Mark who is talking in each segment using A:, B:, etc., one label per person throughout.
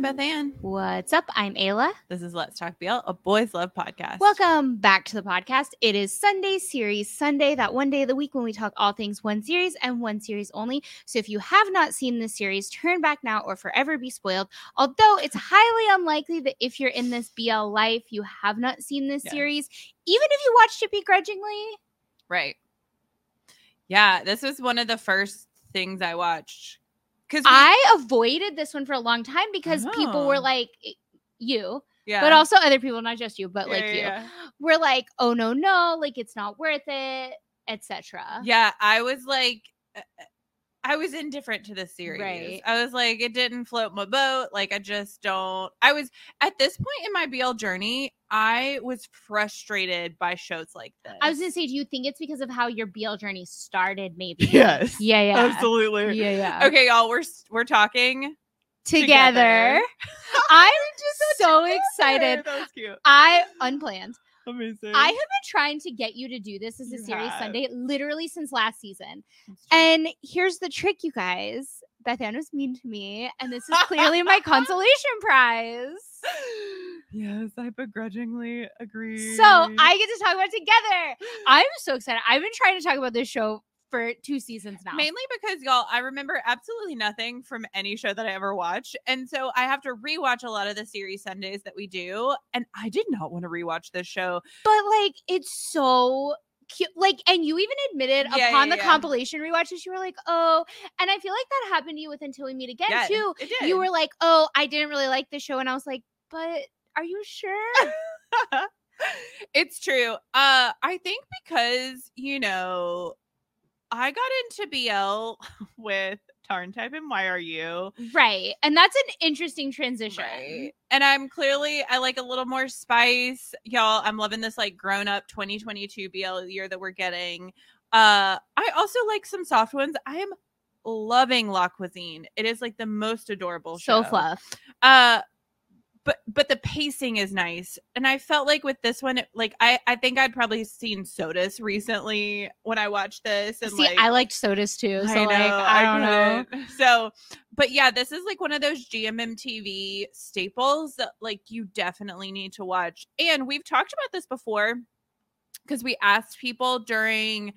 A: Beth Ann.
B: What's up? I'm Ayla.
A: This is Let's Talk BL, a boys love podcast.
B: Welcome back to the podcast. It is Sunday series Sunday, that one day of the week when we talk all things one series and one series only. So if you have not seen this series, turn back now or forever be spoiled. Although it's highly unlikely that if you're in this BL life, you have not seen this
A: Yeah.
B: series, even if you watched it begrudgingly.
A: Right. Yeah, this was one of the first things I watched. Cause we-
B: I avoided this one for a long time because people were
A: Oh.
B: like, you,
A: yeah,
B: but also other people, not just you, but
A: Yeah,
B: like
A: yeah,
B: you.
A: yeah.
B: we're like, oh no, no, like it's not worth it, etc.
A: Yeah, I was like, uh, uh, I was indifferent to this series.
B: Right.
A: I was like, it didn't float my boat. Like, I just don't. I was at this point in my BL journey, I was frustrated by shows like this.
B: I was gonna say, do you think it's because of how your BL journey started? Maybe.
A: Yes.
B: Yeah. Yeah.
A: absolutely.
B: Yeah. Yeah.
A: Okay, y'all, we're s- we're talking.
B: Together. I'm so excited.
A: That was cute.
B: I unplanned.
A: Amazing.
B: I have been trying to get you to do this as a
A: You
B: series
A: have.
B: Sunday, literally since last season.
A: It's true.
B: And here's the trick, you guys. Beth Ann was mean to me, and this is clearly my consolation prize.
A: yes, I begrudgingly agree.
B: So I get to talk about it together. I'm so excited. I've been trying to talk about this show for two seasons now.
A: mainly because y'all, I remember absolutely nothing from any show that I ever watched, and so I have to rewatch a lot of the series Sundays that we do, and I did not want to rewatch this show.
B: But like it's so cute. Like, and you even admitted
A: Yeah,
B: upon
A: yeah,
B: the
A: yeah.
B: compilation rewatches, you were like, oh, and I feel like that happened to you with Until We Meet Again
A: Yeah,
B: too.
A: it did.
B: You were like, oh, I didn't really like the show. And I was like, but are you sure?
A: it's true. Uh, I think because you know, I got into BL with Tarn Type and Why Are You,
B: right. And that's an interesting transition.
A: And I'm clearly I like a little more spice, y'all. I'm loving this like grown up 2022 BL year that we're getting. Uh, I also like some soft ones. I am loving La Cuisine. It is like the most adorable show.
B: So fluff.
A: Uh, but but the pacing is nice, and I felt like with this one, it- like I I think I'd probably seen Sodas recently when I watched this, and
B: See,
A: like
B: I liked sodas too. So like
A: know,
B: I don't know.
A: couldn't. So, but yeah, this is like one of those GMMTV staples that like you definitely need to watch. And we've talked about this before because we asked people during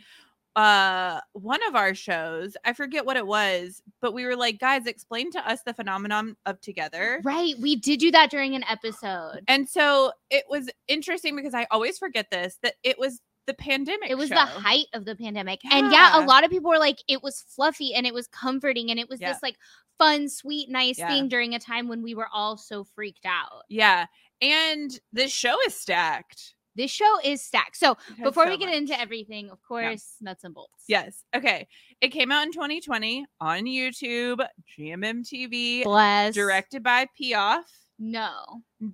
A: uh one of our shows i forget what it was but we were like guys explain to us the phenomenon of together
B: Right. We did do that during an episode.
A: and so it was interesting because i always forget this that it was the pandemic
B: It was the
A: show.
B: height of the pandemic. And yeah, a
A: Yeah.
B: lot of people were like, it was fluffy and it was comforting and it was
A: Yeah.
B: this like fun, sweet, nice
A: Yeah.
B: thing during a time when we were all so freaked out.
A: yeah and this show is stacked
B: This show is stacked. So
A: It has
B: before
A: so
B: we get
A: much.
B: into everything, of course, nuts and bolts.
A: Yes. Okay. It came out in 2020 on YouTube, GMMTV,
B: Bless.
A: directed by Piaf.
B: No.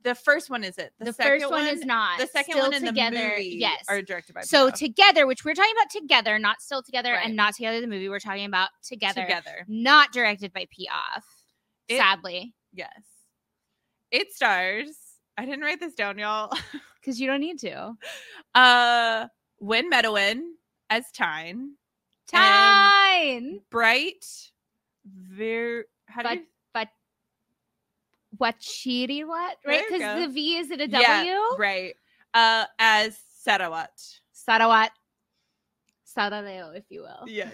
A: The first one is it.
B: The, first one, is not.
A: the second
B: Still
A: one in
B: together.
A: the movie
B: yes.
A: are directed by
B: so
A: Piaf.
B: together, which we're talking about together, not still together
A: Right.
B: and not together the movie. We're talking about together.
A: together.
B: Not directed by Piaf.
A: It-
B: sadly.
A: Yes. It stars. I didn't write this down, y'all.
B: Because you don't need to.
A: Uh, Win Medowin as Tyne,
B: Tyne.
A: Bright, Ver. How do
B: But-
A: you?
B: what cheaty what
A: There
B: right
A: you
B: because
A: go.
B: the v is it a w
A: Yeah, Right. Uh, as Sarawat.
B: sarawat saraleo if you will
A: Yeah.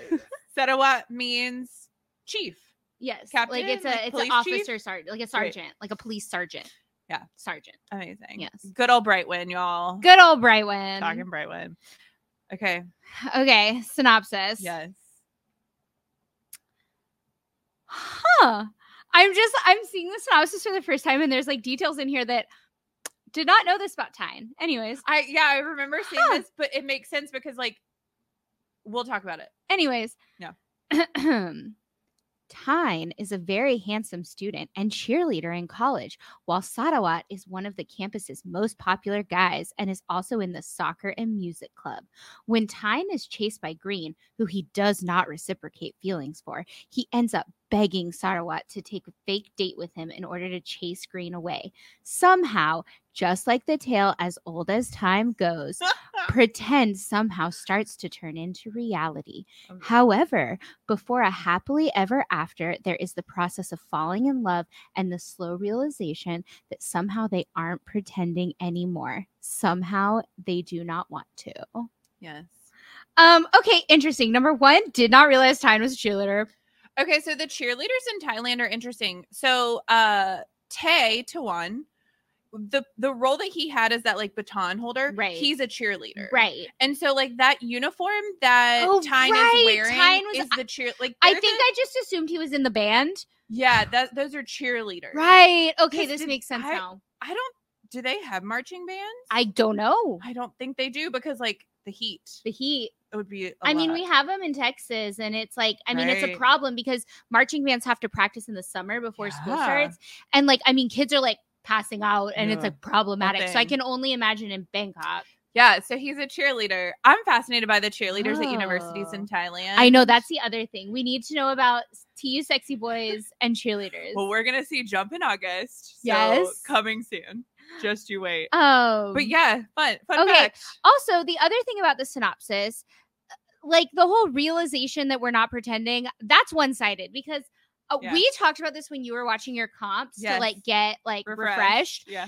A: Sarawat means chief.
B: yes
A: Captain,
B: like it's a
A: like
B: it's
A: police
B: an
A: chief?
B: officer sergeant like a
A: Right.
B: sergeant like a police sergeant
A: Yeah.
B: sergeant
A: Amazing.
B: Yes.
A: Good old Brightwin, y'all.
B: good old brightwin
A: Talking Brightwin. Okay.
B: okay synopsis
A: Yes.
B: huh i'm just i'm seeing the synopsis for the first time and there's like details in here that did not know this about tyne anyways
A: I yeah, I remember seeing
B: Huh.
A: this, but it makes sense because like we'll talk about it.
B: Anyways.
A: Yeah.
B: Tyne is a very handsome student and cheerleader in college, while Sadawat is one of the campus's most popular guys and is also in the soccer and music club. When Tyne is chased by Green, who he does not reciprocate feelings for, he ends up begging Sarawat to take a fake date with him in order to chase Green away. Somehow, just like the tale as old as time goes, pretend somehow starts to turn into reality.
A: Okay.
B: However, before a happily ever after, there is the process of falling in love and the slow realization that somehow they aren't pretending anymore. Somehow they do not want to.
A: Yes.
B: Um, okay, interesting. Number one, did not realize Tyne was a cheerleader.
A: Okay, so the cheerleaders in Thailand are interesting. So uh Tay Tawan, the the role that he had is that like baton holder.
B: Right.
A: He's a cheerleader.
B: Right.
A: And so like that uniform that
B: Oh,
A: Tyne
B: right.
A: is wearing
B: Tyne was-
A: is the cheer like
B: I
A: they're
B: think
A: the-
B: I just assumed he was in the band.
A: yeah, that those are cheerleaders.
B: Right. Okay,
A: 'Cause
B: this
A: did
B: makes sense
A: I-
B: now.
A: I don't do they have marching bands?
B: I don't know.
A: I don't think they do because like the heat
B: The heat.
A: it would be I
B: I mean, we have them in Texas, and it's like, I mean, it's a
A: Right.
B: problem because marching bands have to practice in the summer before school
A: Yeah.
B: starts. And like, I mean, kids are like passing out, and it's
A: Yeah.
B: like problematic. So I
A: thing.
B: can only imagine in Bangkok.
A: yeah, so he's a cheerleader. I'm fascinated by the cheerleaders at universities
B: Oh.
A: in Thailand.
B: I know that's the other thing. We need to know about TU sexy boys and cheerleaders.
A: Well, we're gonna see Jump in August. So
B: Yes.
A: coming soon. Just you wait.
B: oh,
A: But yeah, fun fun
B: okay.
A: fact.
B: Also, the other thing about the synopsis, uh, like the whole realization that we're not pretending, that's one sided because uh,
A: Yeah.
B: we talked about this when you were watching your comps to
A: Yes.
B: like get like refreshed.
A: Refreshed. Yeah,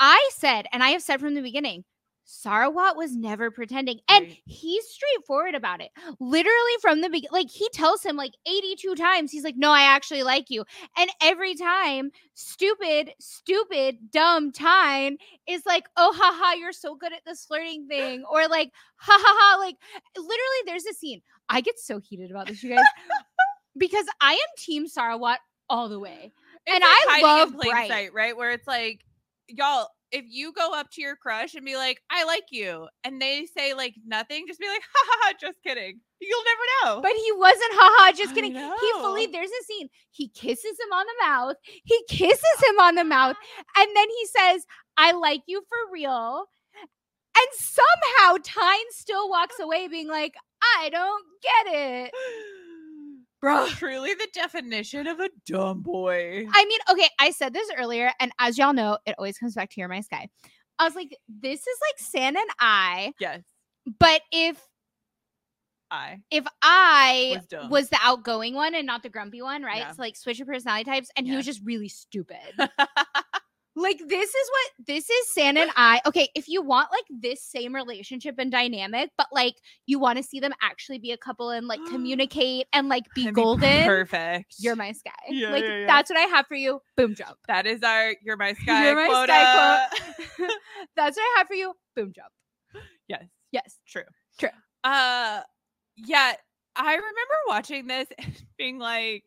B: I said, and I have said from the beginning, Sarawat was never pretending, and
A: Right.
B: he's straightforward about it. Literally from the beginning, like he tells him like 82 times, he's like, "No, I actually like you," and every time, stupid, stupid, dumb Tyne is like, "Oh, haha, you're so good at this flirting thing," or like, "Ha ha ha!" Like literally, there's a scene. I get so heated about this, you guys, because I am Team Sarawat all the way.
A: It's like
B: And I
A: hiding in
B: love
A: plain
B: Bright.
A: sight, right? Where it's like, y'all, if you go up to your crush and be like, "I like you," and they say like nothing, just be like, "Ha ha ha!" Just kidding. You'll never know.
B: But he wasn't, haha, just
A: I
B: kidding. He fully,
A: know.
B: there's a scene. He kisses him on the mouth. He kisses him on the mouth. And then he says, I like you for real. And somehow Tyne still walks away being like, I don't get it.
A: Bro, truly the definition of a dumb boy.
B: I mean, okay, I said this earlier, and as y'all know, it always comes back to your my sky. I was like, this is like San and I,
A: yes,
B: but if
A: I.
B: if I
A: Was dumb.
B: was the outgoing one and not the grumpy one, right?
A: Yeah.
B: So like switch your personality types, and he was just really stupid. Like this is what this is San and I. Okay, if you want like this same relationship and dynamic, but like you want to see them actually be a couple and like communicate and like be
A: That'd
B: golden,
A: Perfect.
B: you're my sky.
A: Yeah,
B: like
A: yeah, yeah.
B: that's what I have for you. Boom jump.
A: That is our you're my sky
B: You're my
A: quota.
B: sky That's what I have for you. Boom jump.
A: yes,
B: Yes.
A: true.
B: True.
A: Uh yeah, I remember watching this and being like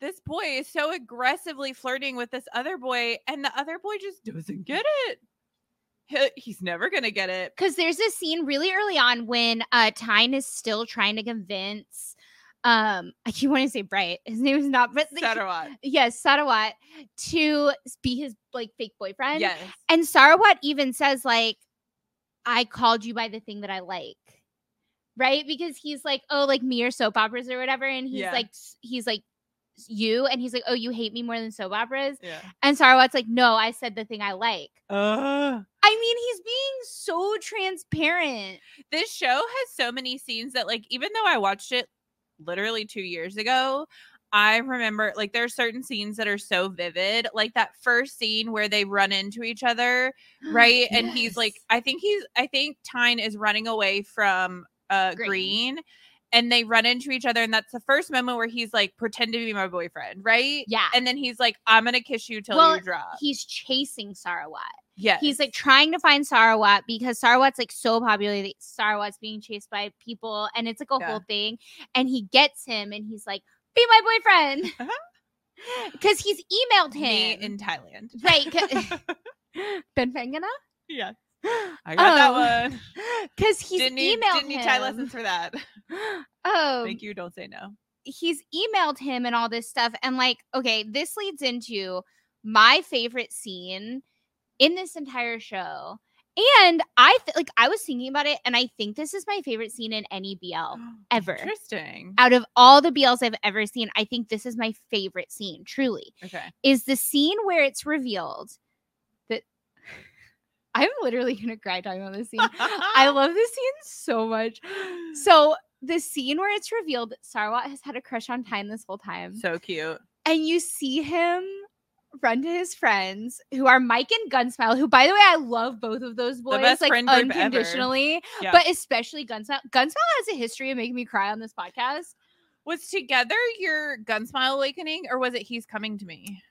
A: this boy is so aggressively flirting with this other boy and the other boy just doesn't get it. He, he's never going to get it.
B: Cause there's this scene really early on when uh Tyne is still trying to convince um I keep wanting to say Bright. His name is not but
A: Sarawat.
B: yes, Sadawat to be his like fake boyfriend.
A: Yes.
B: And Sarawat even says, like, I called you by the thing that I like. Right? Because he's like, oh, like me or soap operas or whatever. And he's
A: Yeah.
B: like, s- he's like, s- you. And he's like, oh, you hate me more than soap operas.
A: Yeah.
B: And Sarawat's like, no, I said the thing I like.
A: Uh,
B: I mean, he's being so transparent.
A: this show has so many scenes that like even though I watched it literally 2 years ago, I remember like there are certain scenes that are so vivid, like that first scene where they run into each other right and he's like
B: Yes.
A: i think he's i think tyne is running away from uh
B: Green.
A: green. and they run into each other and that's the first moment where he's like pretend to be my boyfriend right
B: yeah.
A: and then he's like i'm gonna kiss you till
B: Well,
A: you drop
B: He's chasing Sarawat.
A: yeah
B: He's like trying to find Sarawat because Sarawat's like so popular that Sarawat's being chased by people and it's like a
A: Yeah.
B: whole thing. And he gets him and he's like, be my boyfriend. Because he's emailed
A: Uh-huh. me
B: him.
A: in thailand
B: right. 'ca- ben Fangana?
A: yeah i got that one
B: Because Um, he's
A: didn't need,
B: emailed
A: didn't need thai
B: him.
A: lessons for that
B: Oh,
A: thank you don't say no
B: he's emailed him and all this stuff. And like, okay, this leads into my favorite scene in this entire show. And I th- like I was thinking about it, and I think this is my favorite scene in any BL ever.
A: Interesting.
B: Out of all the BLs I've ever seen, I think this is my favorite scene. Truly,
A: Okay.
B: is the scene where it's revealed that I'm literally gonna cry talking about this scene. I love this scene so much.
A: Mm.
B: So the scene where it's revealed that Sarwat has had a crush on Tyne this whole time,
A: so cute.
B: and you see him run to his friends who are Mike and Gunsmile, who by the way I love both of those boys
A: best
B: like
A: friend group ever.
B: unconditionally,
A: Yeah.
B: but especially Gunsmile. Gunsmile has a history of making me cry on this podcast.
A: Was together your Gunsmile awakening, or was it He's Coming to Me?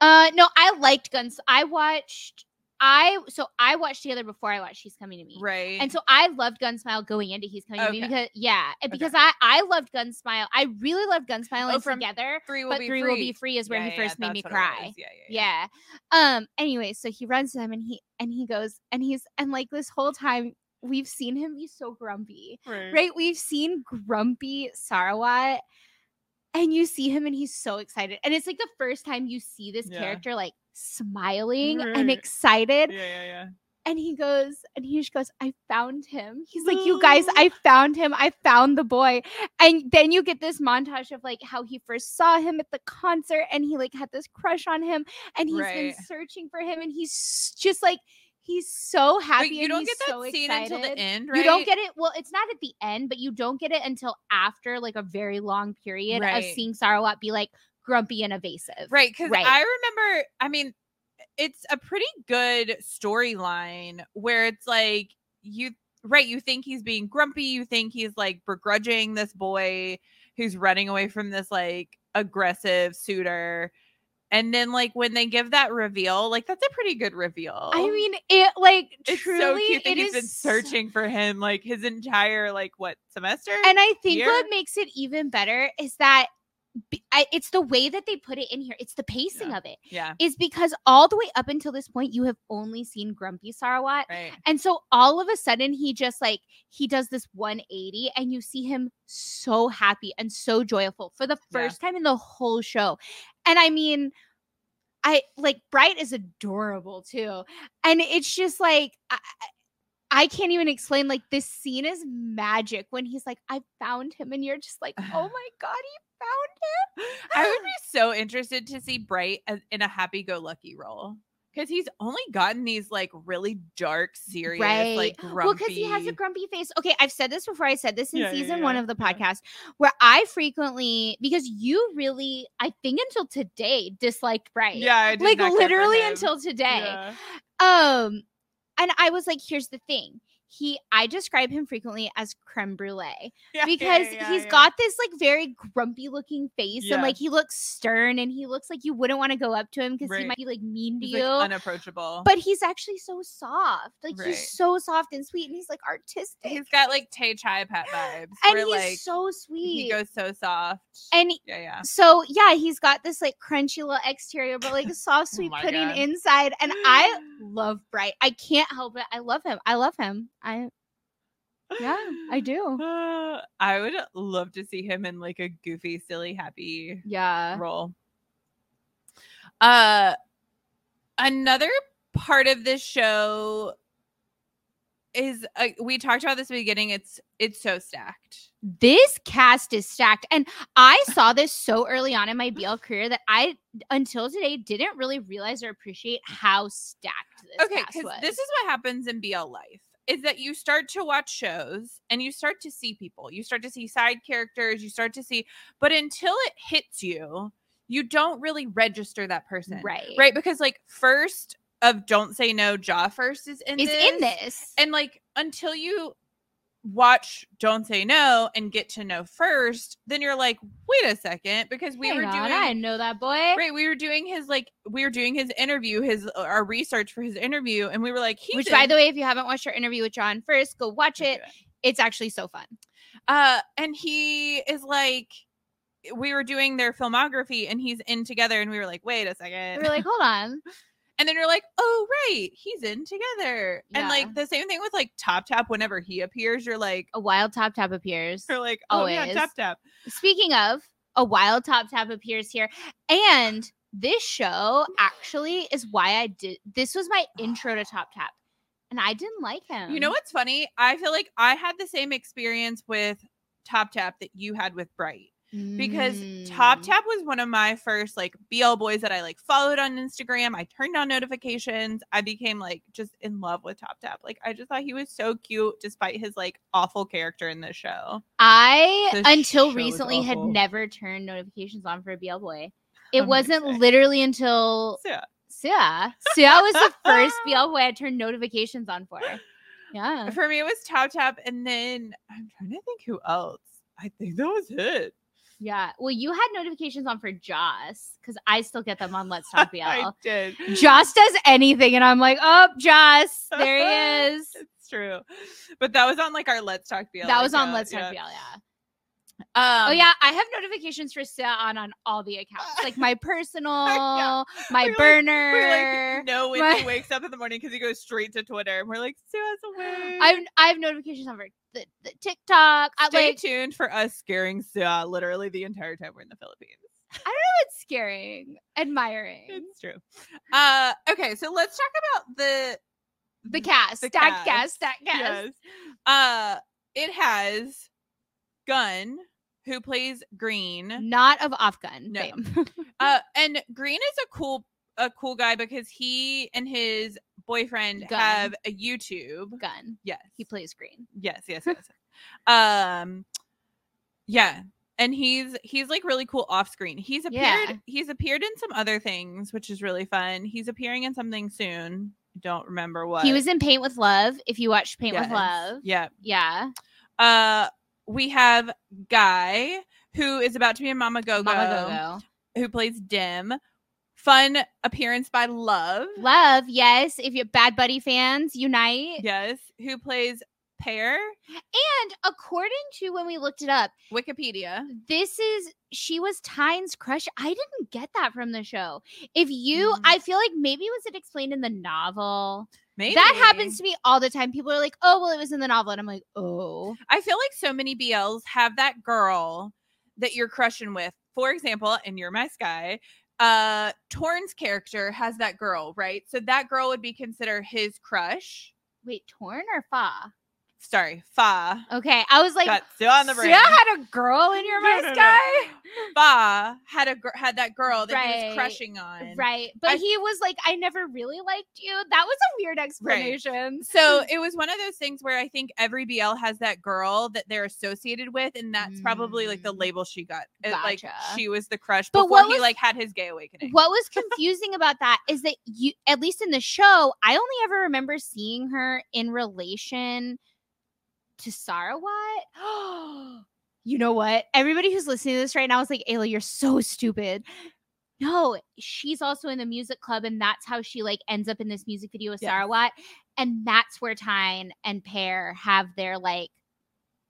B: Uh no, I liked Guns. I watched I so I watched together before I watched She's Coming to Me.
A: Right.
B: And so I loved Gunsmile going into He's Coming to Me
A: Okay.
B: because yeah, and
A: Okay.
B: because I I loved Gunsmile. I really loved Gunsmile
A: Oh,
B: and
A: from
B: together,
A: three will
B: but
A: be
B: Three
A: free.
B: Will Be Free is where
A: Yeah,
B: he
A: yeah,
B: first made me
A: that's what it
B: cry.
A: was. Yeah, yeah, yeah.
B: yeah um anyway so he runs to them and he and he goes and he's and like this whole time we've seen him be so grumpy
A: Right.
B: right we've seen grumpy sarawat and you see him and he's so excited and it's like the first time you see this
A: Yeah.
B: character like smiling
A: Right.
B: and excited
A: Yeah, yeah, yeah.
B: and he goes and he just goes i found him he's like you guys i found him i found the boy and then you get this montage of like how he first saw him at the concert and he like had this crush on him and he's
A: Right.
B: been searching for him and he's just like he's so happy
A: But you
B: and
A: don't
B: he's
A: get that
B: so
A: scene
B: excited.
A: until the end, right?
B: You don't get it. Well, it's not at the end, but you don't get it until after like a very long period of
A: Right.
B: seeing Sarawat be like grumpy and evasive.
A: right because
B: Right.
A: I remember. I mean, it's a pretty good storyline where it's like you right you think he's being grumpy, you think he's like begrudging this boy who's running away from this like aggressive suitor, and then like when they give that reveal, like that's a pretty good reveal.
B: I mean, it like
A: It's
B: truly
A: so cute that
B: it
A: he's been
B: is so-
A: searching for him like his entire like what semester?
B: And I think what
A: year.
B: makes it even better is that b- I, it's the way that they put it in here. It's the pacing
A: Yeah.
B: of it.
A: yeah,
B: Is because all the way up until this point, you have only seen Grumpy Sarawat.
A: right.
B: And so all of a sudden, he just like, he does this 180, and you see him so happy and so joyful for the first time in the whole show. And I mean, I like Bright is adorable too. And it's just like, I, I- I can't even explain. Like, this scene is magic when he's like, I found him. And you're just like, oh my God, he
A: I
B: found him.
A: would be so interested to see Bright as, in a happy go lucky role because he's only gotten these like really dark, serious,
B: Right.
A: like grumpy.
B: Well, because he has a grumpy face. Okay, I've said this before. I said this in
A: Yeah, yeah,
B: season one
A: yeah,
B: of the
A: yeah.
B: podcast where I frequently, because you really, I think until today, disliked Bright.
A: yeah, I did
B: Like
A: not care for
B: literally
A: him.
B: until today.
A: Yeah.
B: Um, and I was like, here's the thing. He, I describe him frequently as creme brulee
A: Yeah, yeah,
B: because he's
A: yeah, yeah.
B: got this like very grumpy looking face
A: Yeah.
B: and like he looks stern and he looks like you wouldn't want to go up to him because
A: Right.
B: he might be like mean to
A: He's,
B: you
A: like, unapproachable.
B: but he's actually so soft. Like
A: Right.
B: he's so soft and sweet, and he's like artistic,
A: he's got like Tay Chai Pat vibes,
B: and
A: where
B: he's
A: like
B: so sweet.
A: he goes so soft.
B: and he-
A: yeah, yeah.
B: so yeah, he's got this like crunchy little exterior, but like soft,
A: Oh
B: sweet
A: my
B: pudding
A: God.
B: inside. And I love Bright. I can't help it. I love him. I love him. I yeah, I do.
A: Uh, I would love to see him in like a goofy, silly, happy
B: Yeah.
A: role. Uh another part of this show is uh, we talked about this at the beginning it's it's so stacked.
B: This cast is stacked. And I saw this so early on in my BL career that I until today didn't really realize or appreciate how stacked this
A: okay,
B: cast was.
A: this is what happens in BL life is that you start to watch shows and you start to see people. You start to see side characters, you start to see but until it hits you, you don't really register that person.
B: right.
A: Right? Because like first of Don't Say No, Jaw First is in
B: is
A: this.
B: in this.
A: And like until you watch Don't Say No and get to know first, then you're like, wait a second, because we
B: Hang
A: were
B: on,
A: doing
B: I know that boy.
A: right, we were doing his like we were doing his interview, his uh, our research for his interview, and we were like, he
B: Which, by the way, if you haven't watched our interview with John first, go watch it. It's actually so fun.
A: Uh, and he is like. We were doing their filmography and he's in together, and we were like, wait a
B: We
A: second.
B: were like, hold on.
A: and then you're like, oh, right, he's in together. And
B: Yeah.
A: like the same thing with like Top Tap, whenever he appears, you're like, "Oh,"
B: A wild top tap appears.
A: you're like, oh, yeah,
B: Always.
A: Top Tap.
B: Speaking of, a wild top tap appears here. And this show actually is why I did this was my intro to Top Tap. and I didn't like him.
A: You know what's funny? I feel like I had the same experience with Top Tap that you had with Bright because Top
B: Mm.
A: Tap was one of my first like BL boys that I like followed on Instagram. I turned on notifications. I became like just in love with Top Tap. Like I just thought he was so cute despite his like awful character in the show.
B: I
A: This
B: until
A: show is
B: recently had
A: awful.
B: never turned notifications on for a BL boy. It
A: I'm gonna
B: wasn't
A: say.
B: literally until
A: So
B: Sia. Sia was the first BL boy I turned notifications on for. Yeah.
A: for me it was Top Tap and then I'm trying to think who else. I think that was it.
B: Yeah. Well, you had notifications on for Joss because I still get them on Let's Talk
A: I
B: BL.
A: did.
B: Joss does anything, and I'm like, oh, Joss, there he is.
A: It's true. But that was on like our Let's Talk BL.
B: That was on
A: account,
B: Let's Talk
A: yeah.
B: BL. Yeah.
A: Um,
B: oh yeah, I have notifications for Sia on on all the accounts, like my personal,
A: We're
B: my
A: like-
B: burner.
A: We're like, no, when he
B: my-
A: wakes up in the morning because he goes straight to Twitter. And we're like, Sue has awake.
B: I've I've notifications on for the, the TikTok. I,
A: Stay
B: like
A: tuned for us scaring Sia literally the entire time we're in the Philippines.
B: it's scaring, admiring
A: It's true. Uh, okay, so let's talk about the
B: the cast,
A: The
B: that cast, that cast.
A: Uh, it has Gun, who plays Green,
B: Not of Afghan
A: No.
B: fame.
A: uh, and Green is a cool a cool guy because he and his boyfriend
B: Gun.
A: have a YouTube.
B: Gun.
A: Yes,
B: He plays green.
A: Yes, yes, yes. um yeah. And he's he's like really cool off screen. He's appeared
B: Yeah.
A: he's appeared in some other things, which is really fun. He's appearing in something soon. Don't remember what.
B: He was in Paint with Love. If you watch Paint
A: Yes.
B: with Love,
A: Yeah.
B: yeah,
A: Uh we have Guy, who is about to be a Mama Go Go,
B: Mama
A: who plays Dim. Fun appearance by Love.
B: Go Go. Love, yes. If you're Bad Buddy fans, unite.
A: Yes. Who plays Pear?
B: And according to when we looked it up,
A: Wikipedia.
B: this is she was Tyne's crush. I didn't get that from the show. If you,
A: Mm.
B: I feel like maybe was it explained in the novel?
A: Maybe
B: That happens to me all the time. People are like, "Oh, well, it was in the novel," and I'm like, "Oh,
A: I feel like so many BLs have that girl that you're crushing with. For example, and you're my sky. Uh, Torn's character has that girl, right? So that girl would be considered his crush.
B: wait, torn or fa?"
A: Sorry, Fa.
B: Okay, I was like,
A: got still on the
B: "Sia
A: brain.
B: had a girl in your
A: No,
B: my
A: no, no.
B: sky,
A: Fa had a gr- had that girl that he
B: Right.
A: was crushing on.
B: right?" But
A: I-
B: he was like, "I never really liked you." That was a weird explanation.
A: So it was one of those things where I think every BL has that girl that they're associated with, and that's probably like the
B: Mm.
A: label she got. It- Like
B: Gotcha.
A: she was the crush
B: But
A: before
B: what
A: he
B: was-
A: like had his gay awakening.
B: What was confusing about that is that you, at least in the show, I only ever remember seeing her in relation to Sarawat. you know what? Everybody who's listening to this right now is like, Ayla, you're so stupid. No, she's also in the music club, and that's how she like ends up in this music video with
A: Yes.
B: Sarawat, and that's where Tyne and Pear have their like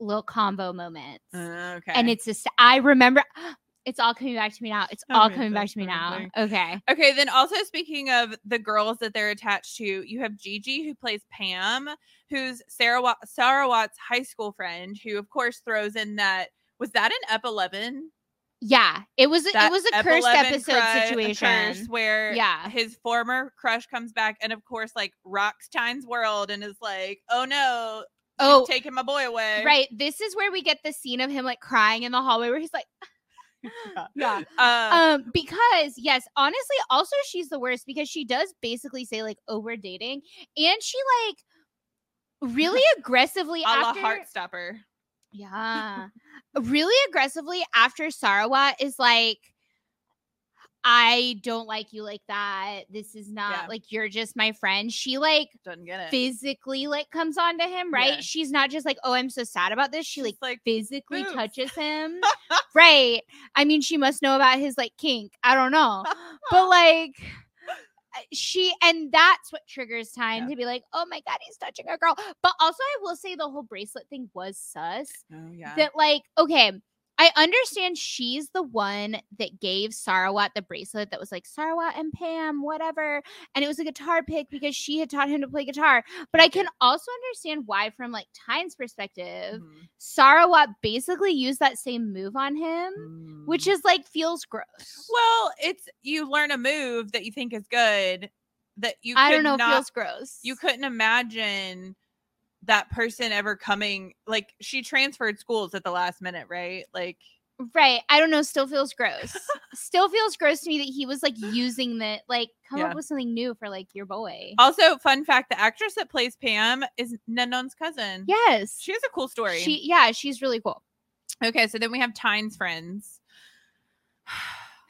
B: little combo moments.
A: Uh, okay.
B: And it's just I remember it's all coming back to me now. It's
A: Oh,
B: all
A: man,
B: coming back
A: that's
B: to me now.
A: amazing.
B: Okay.
A: Okay, then also speaking of the girls that they're attached to, you have Gigi who plays Pam, who's Sarah Wa- Sarah Watt's high school friend, who of course throws in that was that an Ep Eleven?
B: Yeah. It was
A: That
B: it was a
A: Ep
B: cursed
A: 11
B: episode
A: cru- a
B: situation.
A: curse where
B: Yeah.
A: his former crush comes back and of course like rocks Tyne's world and is like, oh no,
B: Oh,
A: taking my boy away.
B: right. This is where we get the scene of him like crying in the hallway where he's like, yeah.
A: Uh,
B: Um, because yes, honestly, also she's the worst because she does basically say like, "Oh, we're dating," and she like really aggressively
A: a la
B: after
A: Heartstopper.
B: Yeah. really aggressively after Sarawat is like, I don't like you like that. This is not
A: Yeah.
B: like you're just my friend. She like
A: Doesn't get it.
B: physically like comes on to him, right?
A: Yeah.
B: She's not just like, oh, I'm so sad about this. She
A: She's
B: like
A: like
B: physically
A: boobs.
B: touches him. right. I mean, she must know about his like kink. I don't know.
A: Oh,
B: But like I- she and that's what triggers time
A: Yeah.
B: to be like, oh my god, he's touching a girl. But also I will say the whole bracelet thing was sus
A: oh yeah.
B: that like okay i understand she's the one that gave sarawat the bracelet that was like sarawat and pam whatever and it was a guitar pick because she had taught him to play guitar but i can also understand why from like tyne's perspective
A: Mhm.
B: sarawat basically used that same move on him which
A: Mm.
B: is like feels gross
A: Well, it's you learn a move that you think is good, that you
B: I don't
A: could
B: know.
A: not-
B: it feels gross.
A: you couldn't imagine that person ever coming like she transferred schools at the last minute right like
B: right. I don't know. Still feels gross. still feels gross to me that he was like using the like come
A: Yeah. Um,
B: up with something new for like your boy.
A: also fun fact the actress that plays pam is nanon's cousin
B: yes.
A: she has a cool story
B: She yeah, she's really cool.
A: okay so then we have tyne's friends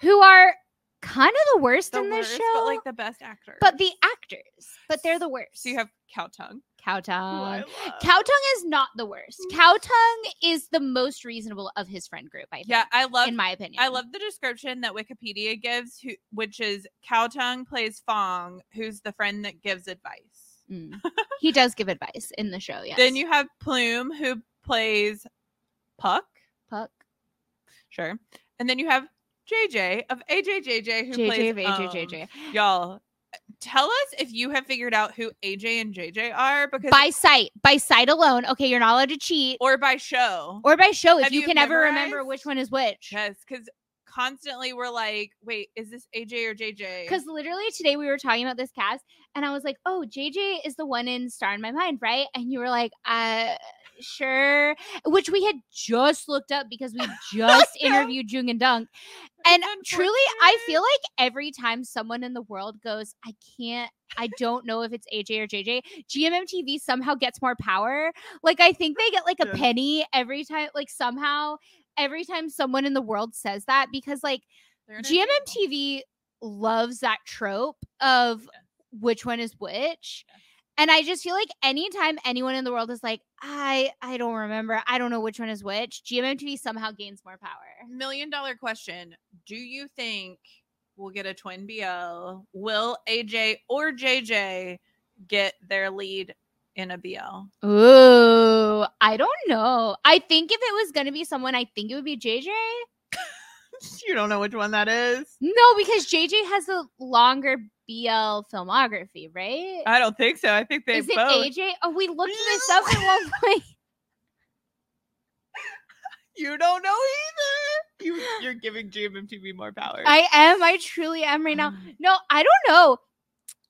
B: Who are kind of the worst
A: the
B: in this
A: worst
B: show,
A: but like the best actor
B: but the actors, but they're the worst.
A: so you have cow tongue
B: Cowtongue. Cowtongue is not the worst.
A: Mm.
B: Cowtongue is the most reasonable of his friend group. I think,
A: yeah i love
B: in my opinion,
A: I love the description that Wikipedia gives, who, which is Cowtongue plays Fong, who's the friend that gives advice.
B: Mm. he does give advice in the show. Yes.
A: Then you have Plume, who plays Puck.
B: Puck.
A: Sure. And then you have JJ of AJJJ, who plays
B: JJ,
A: um,
B: JJ, JJ.
A: Y'all, tell us if you have figured out who AJ and JJ are, because
B: By sight, by sight alone. Okay, you're not allowed to cheat,
A: or by show.
B: or by show if
A: Have
B: you,
A: you
B: can ever remember
A: memorized?
B: which one is which.
A: yes, because constantly we're like, wait, is this AJ or JJ?
B: Because literally today we were talking about this cast, and I was like, "Oh, JJ is the one in Star in My Mind, right?" And you were like, "Uh, sure," which we had just looked up because we just
A: Yeah.
B: interviewed Jung and Dunk. And
A: It's
B: truly, I
A: unfortunate.
B: feel like every time someone in the world goes, "I can't." I don't know if it's AJ or JJ. GMMTV somehow gets more power. Like I think they get like a
A: Yeah.
B: penny every time. Like somehow, every time someone in the world says that because like
A: They're in a table.
B: GMMTV loves that trope of
A: Yes.
B: which one is which.
A: Yes.
B: And I just feel like anytime anyone in the world is like, I I don't remember, I don't know which one is which, GMMTV somehow gains more power.
A: million dollar question do you think we'll get a twin bl will aj or jj get their lead in a bl
B: Ooh, I don't know. I think if it was gonna be someone, I think it would be JJ.
A: you don't know which one that is
B: No, because JJ has a longer BL filmography, right?
A: i don't think so i think they
B: is it
A: both
B: AJ? Oh, we looked this up at one point.
A: you don't know either you, you're giving gmmtv more power
B: I am. I truly am right now.
A: Mm.
B: No, I don't know.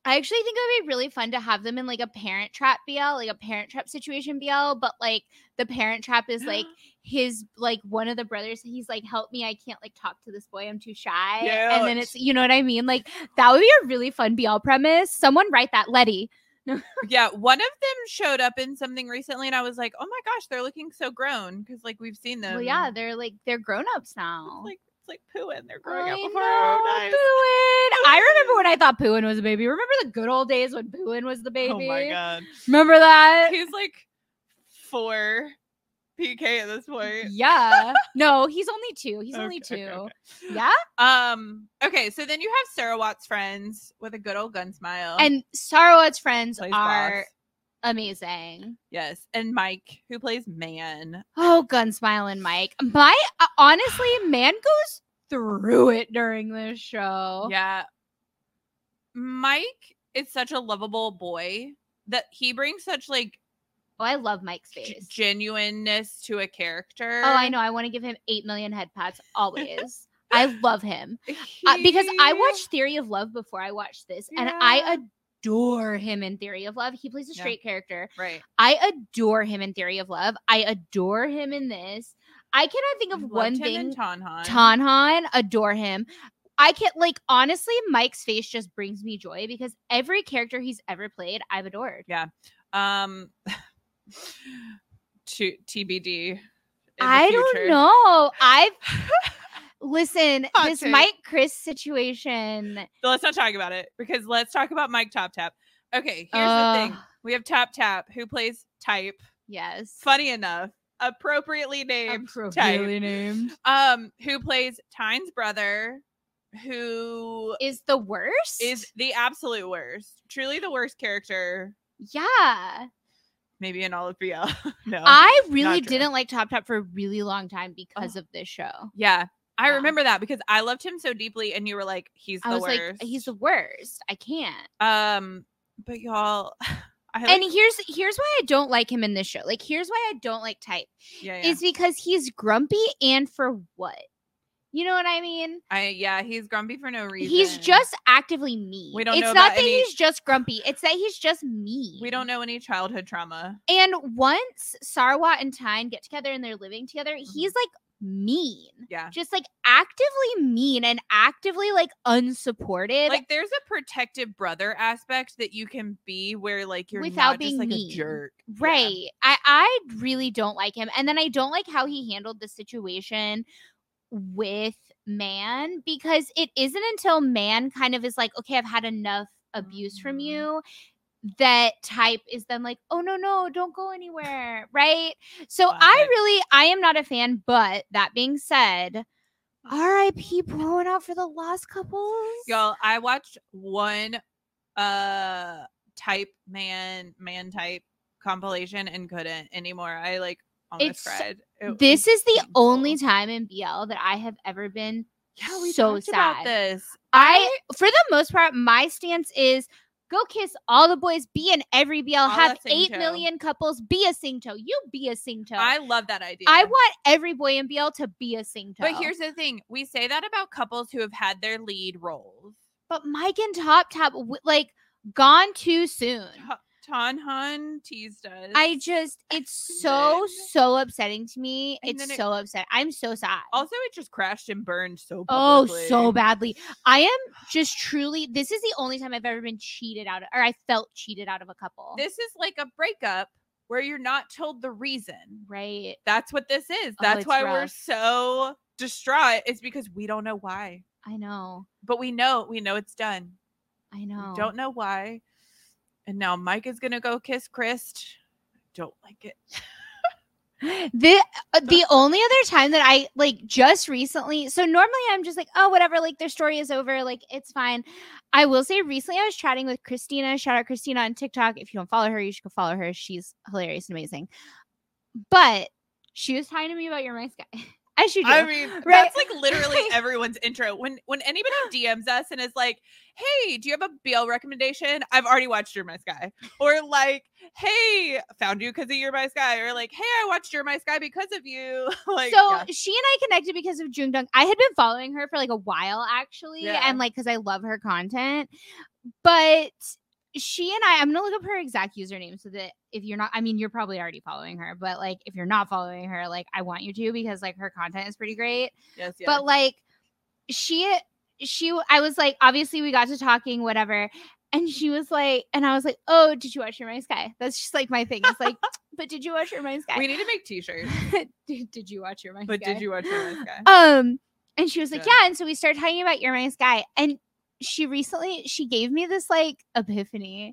B: I actually think it would be really fun to have them in like a parent trap BL, like a parent trap situation BL, but like the parent trap is like his like one of the brothers, he's like, Help me, I can't like talk to this boy, I'm too shy. And then
A: Yeah.
B: it's you know what I mean? Like that would be a really fun BL premise. Someone write that, Letty.
A: yeah one of them showed up in something recently and i was like oh my gosh they're looking so grown because like we've seen them
B: well, yeah, they're like they're grown ups now.
A: it's like it's like poo and they're growing
B: I
A: up before our own
B: know,
A: eyes.
B: Booin. I remember when I thought Pooin was a baby. Remember the good old days when Pooin was the
A: oh
B: baby?
A: my god
B: Remember that?
A: he's like four PK at this point.
B: Yeah. No, he's only two. He's only two.
A: Okay, okay, okay.
B: Yeah.
A: Um. Okay. So then you have Sarah Watts' friends with a good old gun smile
B: And Sarawat's friends
A: Um, plays
B: are
A: boss.
B: amazing.
A: Yes, and Mike who plays man.
B: Oh, Gunsmile and Mike. My uh, honestly, man goes through it during this show.
A: Yeah. Mike is such a lovable boy that he brings such like
B: Oh, I love Mike's
A: g-
B: face.
A: genuineness to a character.
B: oh, I know. I want to give him eight million head pats always. I love him Uh, because I
A: He-
B: watched Theory of Love before I watched this, and I
A: Yeah.
B: adore him in Theory of Love. He plays a
A: Yeah.
B: straight character.
A: right.
B: I adore him in Theory of Love. I adore him in this. I cannot think of
A: Loved
B: one
A: him in
B: thing.
A: Tonhan.
B: Tanhan, adore him. I can't like honestly, Mike's face just brings me joy because every character he's ever played, I've adored.
A: um to TBD. in the
B: I don't
A: future.
B: know. I've listen,
A: Hot
B: this
A: take.
B: Mike Chris situation.
A: But let's not talk about it because let's talk about Mike Top Tap. Okay, here's the thing.
B: Ugh.
A: We have Top Tap who plays Type.
B: Yes.
A: Funny enough, appropriately named Type.
B: named.
A: Um, who plays Tyne's brother, who
B: Is the worst?
A: is the absolute worst, truly the worst character Oh,
B: yeah.
A: maybe in all of BL. no,
B: I really
A: true. Oh.
B: didn't like Top Top for a really long time because of this show.
A: yeah, I
B: Yeah.
A: remember that because I loved him so deeply, and you were like, he's the
B: I was
A: worst.
B: like, he's the worst. I can't.
A: um, but y'all, I like,
B: And here's here's why I don't like him in this show. Like here's why I don't like type
A: yeah, yeah.
B: is because he's grumpy and for what? You know what I mean?
A: I yeah, he's grumpy for no reason.
B: He's just actively mean.
A: We don't
B: it's
A: know
B: not
A: about
B: that
A: any-
B: he's just grumpy. It's that he's just mean.
A: we don't know any childhood trauma.
B: And once Sarwat and Tyne get together and they're living together,
A: Mm-hmm.
B: he's like mean.
A: Yeah.
B: Just like actively mean and actively like unsupportive.
A: Like there's a protective brother aspect that you can be where like you're
B: Without
A: not
B: being
A: just like
B: mean.
A: a jerk. Yeah.
B: right. I I really don't like him. And then I don't like how he handled the situation with man because it isn't until man kind of is like, okay, I've had enough abuse from
A: Mhm.
B: you that type is then like, oh no, no, don't go anywhere. Right. So I
A: Classic.
B: really I am not a fan, but that being said, R.I.P. Pour one out for the lost couples.
A: Mm-hmm. Y'all, I watched one uh type man man type compilation and couldn't anymore. I like almost
B: It's-
A: cried. It
B: This
A: was
B: is the
A: painful.
B: only time in BL that I have ever been
A: yeah, we
B: so
A: talked about
B: sad.
A: this.
B: I, for the most part, my stance is go kiss all the boys, be in every BL,
A: All
B: have
A: a
B: eight
A: singto.
B: million couples, be a singto. You be a singto.
A: I love that idea.
B: I want every boy in BL to be a singto.
A: But here's the thing: we say that about couples who have had their lead roles.
B: but Mike and Top Top, w- like, gone too soon.
A: Ta- Tanhan teased us.
B: I just, it's
A: And
B: so,
A: then-
B: so upsetting to me.
A: and
B: It's
A: then it-
B: so upset. I'm so sad.
A: also it just crashed and burned so.
B: Oh,
A: Publicly.
B: so badly. I am just truly, this is the only time I've ever been cheated out of, or I felt cheated out of a couple.
A: This is like a breakup where you're not told the reason.
B: right.
A: That's what this is.
B: Oh,
A: That's
B: it's
A: why we're
B: rough.
A: so distraught. It's because we don't know why,
B: I know.
A: but we know we know it's done.
B: I know.
A: We don't know why, and now Mike is gonna go kiss Christ. Don't like it.
B: the uh, the only other time that I like just recently. So normally I'm just like, oh, whatever. Like their story is over. Like it's fine. I will say recently I was chatting with Christina. Shout out Christina on TikTok. If you don't follow her, you should go follow her. She's hilarious and amazing. But she was talking to me about your mice guy. As you do.
A: I mean,
B: Right.
A: that's like literally everyone's intro. When when anybody DMs us and is like, "Hey, do you have a BL recommendation?" I've already watched Your My Sky, or like, "Hey, found you because of Your My Sky," or like, "Hey, I watched Your My Sky because of you." like,
B: so
A: yeah.
B: she and I connected because of Jung Dunk. I had been following her for like a while actually,
A: Yeah.
B: and like because I love her content. But she and I, I'm gonna look up her exact username so that if you're not, I mean, you're probably already following her, but like if you're not following her, like I want you to because like her content is pretty great.
A: yes, yes.
B: But like she, she, I was like, obviously we got to talking, whatever. And she was like, and I was like, oh, did you watch Your Mind Sky? That's just like my thing. It's like, but did you watch Your Mind Sky?
A: we need to make T-shirts.
B: did, did you watch Your Mind
A: But
B: Sky?
A: did you watch Your My Sky?
B: um and she was like
A: Good.
B: yeah and so we started talking about your nice guy and she recently she gave me this like epiphany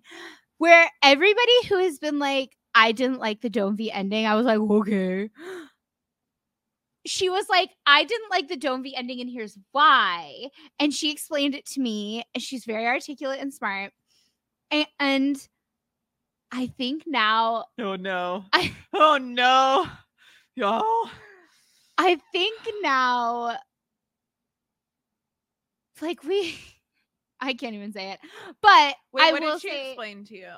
B: where everybody who has been like i didn't like the dome v ending i was like okay she was like i didn't like the dome v ending and here's why and she explained it to me and she's very articulate and smart and, and i think now
A: Oh no!
B: I-
A: oh no, y'all.
B: I think now, like we, I can't even say it, but
A: Wait,
B: I
A: what
B: will
A: did she
B: say
A: explain to you?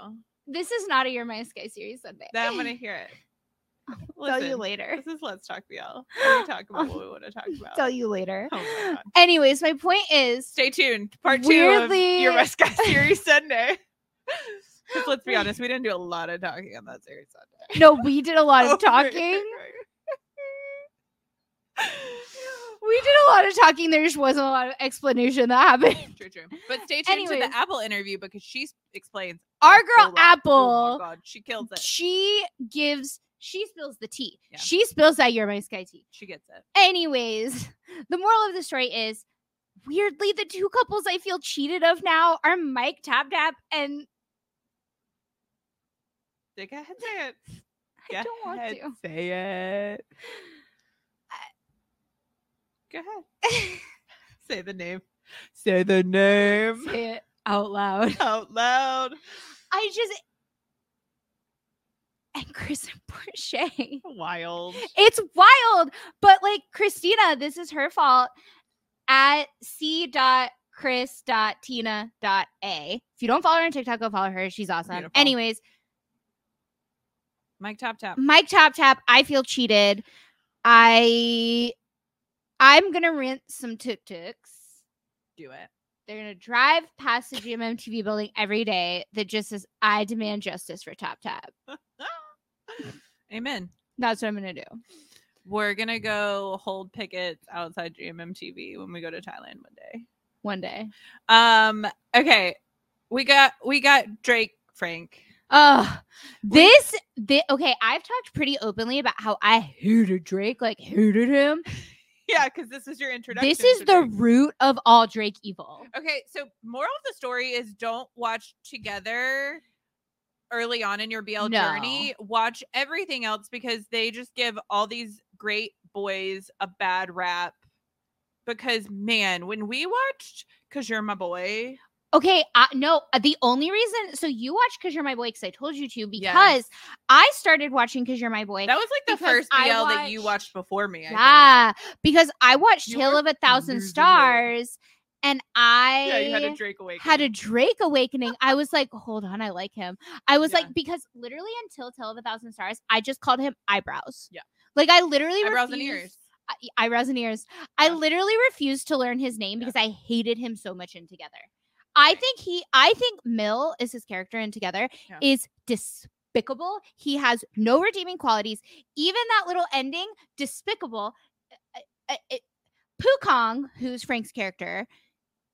B: this is not a Your My Sky series Sunday.
A: That I'm gonna hear it.
B: tell you
A: Listen,
B: later.
A: This is Let's Talk BL. We talk about what we want to talk about.
B: Tell you later.
A: Oh my God.
B: Anyways, my point is,
A: stay tuned. Part two of
B: Weirdly-
A: your Rescue series Sunday. 'Cause let's be honest, we didn't do a lot of talking on that series Sunday.
B: no, we did a lot of
A: Over-
B: talking. We did a lot of talking. There just wasn't a lot of explanation that happened.
A: true, true. But stay tuned to
B: Anyways.
A: the Apple interview because she s- explains.
B: Our
A: a
B: girl
A: whole lot. Oh
B: Apple-
A: my God, she kills it.
B: She gives, she spills the tea.
A: Yeah.
B: She spills that Your My Sky tea.
A: She gets it.
B: Anyways, the moral of the story is weirdly the two couples I feel cheated of now are Mike Tap Tap and
A: Say it, say it.
B: I don't want
A: ahead,
B: to.
A: Say it. Go ahead. Say the name. Say the name
B: say it out loud.
A: out loud.
B: I just and Chris and Porche.
A: Wild.
B: It's wild, but like Christina, this is her fault at c dot chris dot tina dot a. If you don't follow her on TikTok, go follow her. She's awesome.
A: Beautiful.
B: Anyways,
A: Mike Top Tap.
B: Mike Tap Tap, I feel cheated. I I'm gonna rent some tuk tuks.
A: Do it.
B: They're gonna drive past the GMM TV building every day that just says, "I demand justice for Top Tap."
A: Amen.
B: That's what I'm gonna do.
A: We're gonna go hold pickets outside GMMTV when we go to Thailand one day.
B: One day.
A: Um. Okay. We got we got Drake Frank.
B: Oh, this, thi- okay. I've talked pretty openly about how I hated Drake, like hated him.
A: Yeah, because this was your introduction.
B: This is
A: to
B: the
A: Drake.
B: root of all Drake evil.
A: Okay, so moral of the story is don't watch together early on in your BL journey. Watch everything else because they just give all these great boys a bad rap. Because man, when we watched Cause You're My Boy,
B: Okay, I, no, uh, the only reason so you watch because you're my boy because I told you to because
A: Yes.
B: I started watching because you're my boy.
A: that was like the
B: Because
A: first BL
B: I
A: that you
B: watched-
A: watched before me. I think.
B: yeah, because I watched
A: You
B: Tale
A: were
B: of a Thousand
A: losing it.
B: Stars, and I
A: Yeah, you had a Drake awakening.
B: had a Drake awakening. I was like, hold on, I like him. I was
A: Yeah.
B: like, because literally until Tale of a Thousand Stars, I just called him eyebrows.
A: Yeah.
B: Like I literally
A: eyebrows and
B: refused-
A: ears.
B: I- eyebrows and ears. I
A: Yeah.
B: literally refused to learn his name
A: Yeah.
B: because I hated him so much in Together. I think he, I think Mill is his character in Together
A: Yeah.
B: is despicable. He has no redeeming qualities. Even that little ending, despicable. Uh, uh, uh, Pukong, who's Frank's character,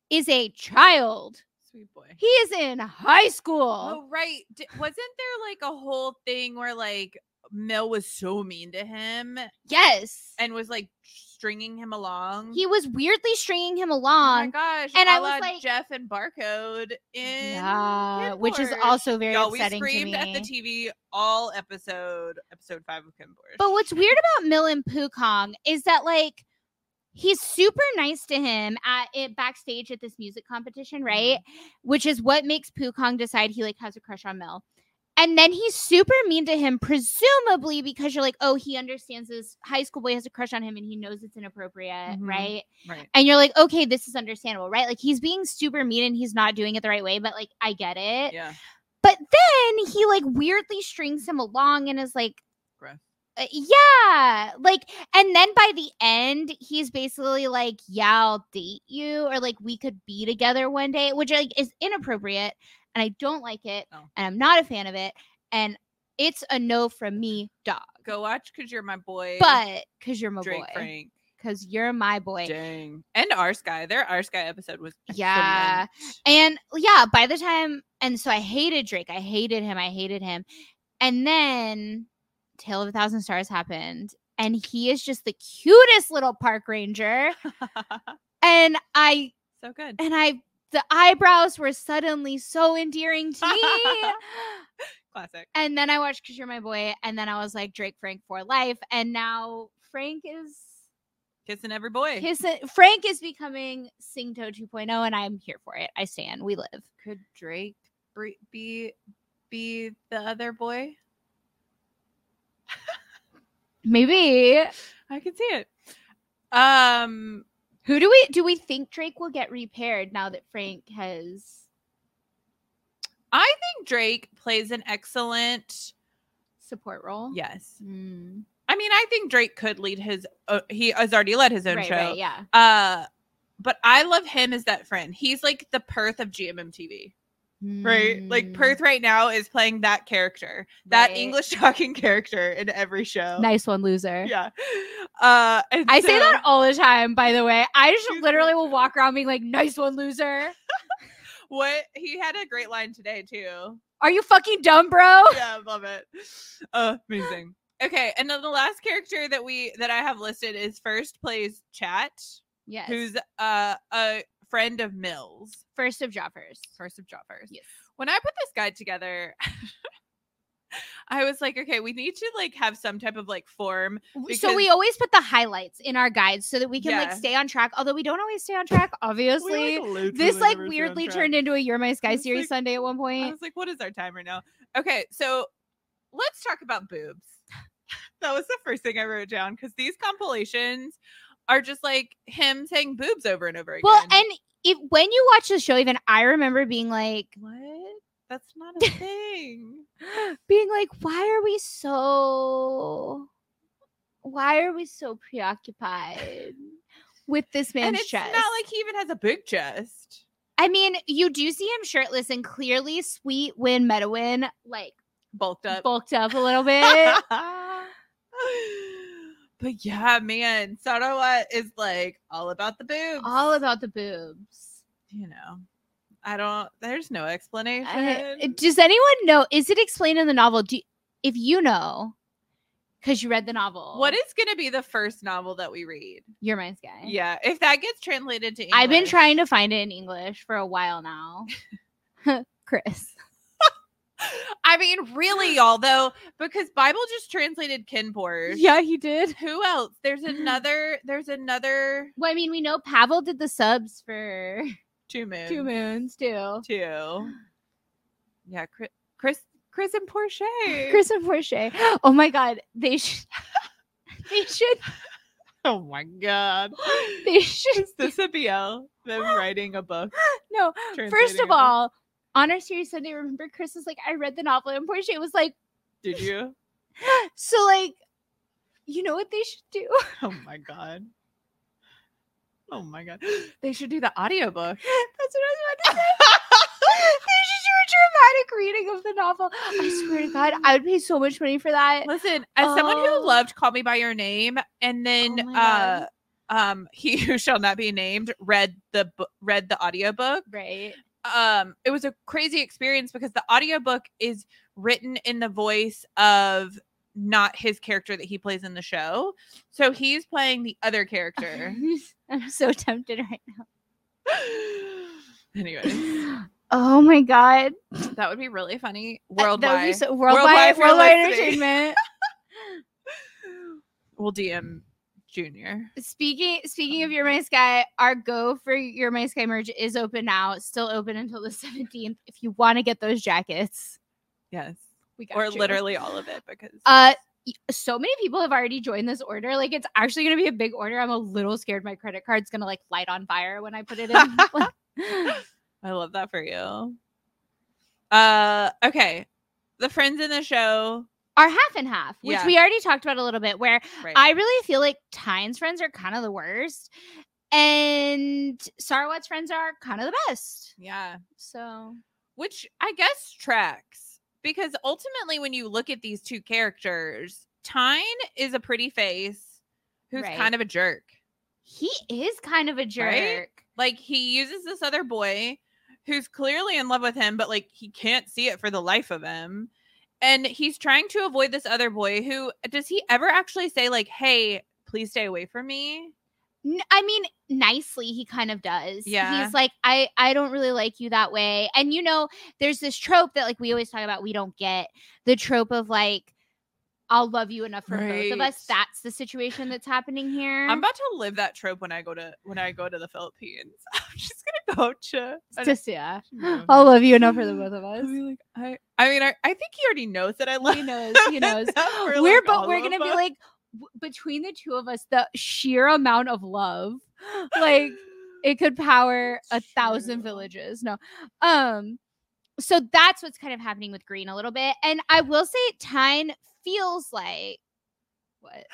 B: is a child.
A: Sweet boy.
B: He is in high school.
A: Oh right, D- wasn't there like a whole thing where like Mill was so mean to him
B: Yes.
A: and was like stringing him along?
B: he was weirdly stringing him
A: Oh my
B: along.
A: gosh.
B: And
A: And
B: I
A: I
B: was like-
A: Jeff and Barcode in
B: yeah,
A: Kid
B: which is
A: Force.
B: also very
A: Y'all, we
B: upsetting to me.
A: screamed at the TV all episode, episode five of Kim Borsch.
B: But what's weird about Mill and Pukong is that like he's super nice to him at it backstage at this music competition, right? Which is what makes Pukong decide he like has a crush on Mill. And then he's super mean to him, presumably because you're like, oh, he understands this high school boy has a crush on him and he knows it's inappropriate,
A: Mhm.
B: right?
A: right.
B: And you're like, okay, this is understandable, right? Like he's being super mean and he's not doing it the right way, but like I get it.
A: Yeah.
B: But then he like weirdly strings him along and is like,
A: Gross.
B: uh, yeah, like, and then by the end, he's basically like, yeah, I'll date you, or like we could be together one day, which like is inappropriate, and I don't like it,
A: No.
B: and I'm not a fan of it, and it's a no from me, dog.
A: Go watch because you're my boy.
B: But because you're my
A: Drake
B: boy,
A: Frank.
B: because you're my boy,
A: Dang. And our sky. Their our sky episode was
B: Yeah.
A: excellent.
B: And yeah, by the time and so I hated Drake. I hated him. I hated him. And then Tale of a Thousand Stars happened. And he is just the cutest little park ranger. And I
A: so good.
B: and I the eyebrows were suddenly so endearing to me.
A: Classic.
B: and then I watched Cause You're My Boy. And then I was like Drake Frank for life. And now Frank is
A: Kissing every boy.
B: his Frank is becoming Singto 2.0, oh, and I'm here for it. I stand. We live.
A: Could Drake bre- be be the other boy?
B: Maybe
A: I can see it. Um
B: Who do we do we think Drake will get repaired now that Frank has
A: I think Drake plays an excellent
B: support role?
A: yes.
B: Mm.
A: I mean, I think Drake could lead his. Uh, he has already led his own
B: Right,
A: show.
B: right, yeah.
A: Uh, but I love him as that friend. He's like the Perth of GMMTV, right? Like
B: Mm.
A: Perth right now is playing that character, that
B: Right.
A: English talking character in every show.
B: Nice one, loser.
A: Yeah. Uh, and
B: I
A: so-
B: say that all the time, by the way. I just
A: She's
B: literally
A: great.
B: will walk around being like, nice one, loser.
A: What he had a great line today too.
B: Are you fucking dumb, bro?
A: yeah, love it. Oh, amazing. Okay, and then the last character that we that I have listed is first plays Chat,
B: Yes.
A: who's uh, a friend of Mills,
B: first of Joffers?
A: first of Joffers.
B: Yes.
A: When I put this guide together, I was like, okay, we need to like have some type of like form.
B: so we
A: because-
B: always put the highlights in our guides so that we can like
A: Yeah.
B: stay on track. Although we don't always stay on track, obviously. this like weirdly turned into a You're My Sky
A: It's
B: series
A: like-
B: Sunday at one
A: I
B: point.
A: was like, what is our timer now? Okay, so let's talk about boobs. that was the first thing I wrote down because these compilations are just like him saying boobs over and over again.
B: Well, and if when you watch the show, even I remember being like,
A: what? That's not a thing.
B: being like, why are we so, why are we so preoccupied with this man's
A: and it's
B: chest.
A: not like he even has a big chest.
B: I mean, you do see him shirtless and clearly sweet when Medowin like
A: Bulked up.
B: bulked up a little bit.
A: but yeah, man, Sarawat is like all about the boobs.
B: All about the boobs.
A: you know. I don't. There's no explanation.
B: I- does anyone know? Is it explained in the novel? Do if you know, because you read the novel.
A: what is going to be the first novel that we read?
B: your mind's guy?
A: Yeah, if that gets translated to English,
B: I've been trying to find it in English for a while now. Chris.
A: I mean, really, y'all though, because Bible just translated kin porn.
B: he did.
A: Who else? There's another. There's another
B: Well, I mean, we know Pavel did the subs for
A: two moons.
B: Two Moons too.
A: Two. Yeah, Chris, Chris, Chris and Porsche.
B: Chris and Portia. Oh my God, they should. they should.
A: Oh my god.
B: They should.
A: Is this a BL? Them writing a book.
B: No. First
A: translating a
B: of
A: book?
B: all, on our series Sunday, remember Chris was like, I read the novel, and Portia was like,
A: did you?
B: so like, you know what they should do?
A: Oh my god. Oh my god. They should do the audiobook.
B: That's what I was about to say. they should do a dramatic reading of the novel. I swear to God, I would pay so much money for that.
A: Listen, as someone who
B: Oh.
A: loved Call Me by Your Name and then
B: Oh my
A: uh
B: God.
A: um he who shall not be named read the bu- read the audiobook
B: Right.
A: um it was a crazy experience because the audiobook is written in the voice of not his character that he plays in the show so he's playing the other character
B: I'm so tempted right
A: anyway
B: now. Oh my God.
A: that would be really funny
B: That- that would be
A: worldwide
B: so-
A: Worldwide,
B: worldwide,
A: if you're
B: worldwide
A: listening.
B: entertainment.
A: we'll dm junior
B: Speaking speaking of your my sky, our go for your my sky merch is open now. It's still open until the 17th. If you want to get those jackets,
A: yes
B: we got
A: or
B: you.
A: literally all of it because
B: Uh, y- so many people have already joined this order. Like, it's actually going to be a big order. I'm a little scared my credit card's going to like light on fire when I put it in. Like,
A: I love that for you. Uh okay. The friends in the show.
B: Are half and half, which
A: Yeah.
B: we already talked about a little bit, where
A: Right.
B: I really feel like Tyne's friends are kind of the worst, and Sarwat's friends are kind of the best.
A: yeah.
B: So
A: Which I guess tracks because ultimately when you look at these two characters, Tyne is a pretty face who's
B: Right.
A: kind of a jerk.
B: he is kind of a jerk.
A: Like he uses this other boy who's clearly in love with him but like he can't see it for the life of him. And he's trying to avoid this other boy who does he ever actually say like, "Hey, please stay away from me?"
B: N- I mean, nicely, he kind of does.
A: Yeah.
B: He's like, I, I don't really like you that way. And, you know, there's this trope that, like, we always talk about, we don't get the trope of, like, I'll love you enough for both of
A: Right.
B: us. That's the situation that's happening here.
A: I'm about to live that trope when I go to when I go to the Philippines. I'm just gonna go to. I don't-
B: Just, oh, yeah.
A: No.
B: I'll love you enough for the both of
A: I
B: us.
A: mean, like, I, I mean, I, I think he already knows that I love.
B: He knows. He knows.
A: That we're,
B: we're
A: like,
B: but
A: all
B: we're
A: of
B: gonna be
A: us.
B: like w- between the two of us, the sheer amount of love, like it could power a
A: It's
B: thousand
A: true.
B: villages no um so that's what's kind of happening with green a little bit and i will say tyne feels like what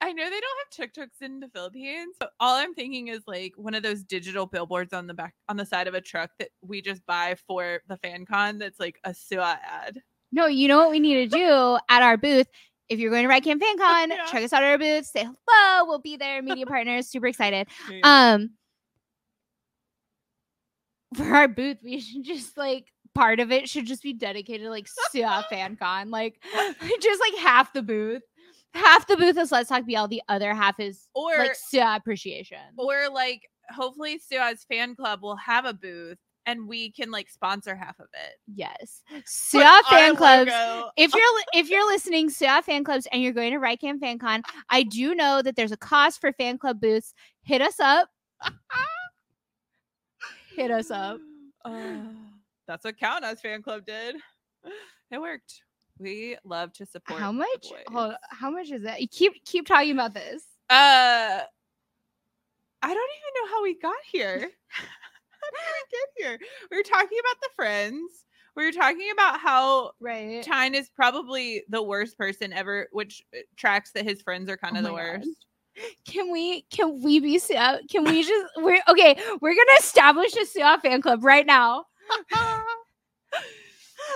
A: I know they don't have tuk-tuks in the Philippines, but all I'm thinking is like one of those digital billboards on the back on the side of a truck that we just buy for the fan con. That's like a Sua ad.
B: no you know what we need to do at our booth if you're going to Ride Camp Fan Con,
A: Yeah.
B: check us out at our booth. Say hello. We'll be there. Media partners, super excited.
A: Yeah.
B: Um, for our booth, we should just like part of it should just be dedicated to like Sua FanCon, like just like half the booth. Half the booth is Let's Talk BL. The other half is
A: or
B: like Sua appreciation.
A: or like hopefully Sua's fan club will have a booth and we can like sponsor half of it.
B: Yes,
A: Put
B: Sua
A: our
B: fan clubs.
A: logo
B: If you're li- if you're listening, Sua fan clubs, and you're going to Rycam FanCon, I do know that there's a cost for fan club booths. Hit us up. Hit us up.
A: Uh, that's what Count Us Fan Club did. It worked. We love to support.
B: How
A: the
B: much? Hold,
A: boys.
B: how much is that? You keep keep talking about this.
A: Uh, I don't even know how we got here. how did we get here? We were talking about the friends. We were talking about how
B: Right.
A: Tyne is probably the worst person ever, which uh, tracks that his friends are kind
B: Oh
A: of the
B: my God.
A: worst.
B: Can we can we be uh, can we just we're okay, we're gonna establish a Suya fan club right now.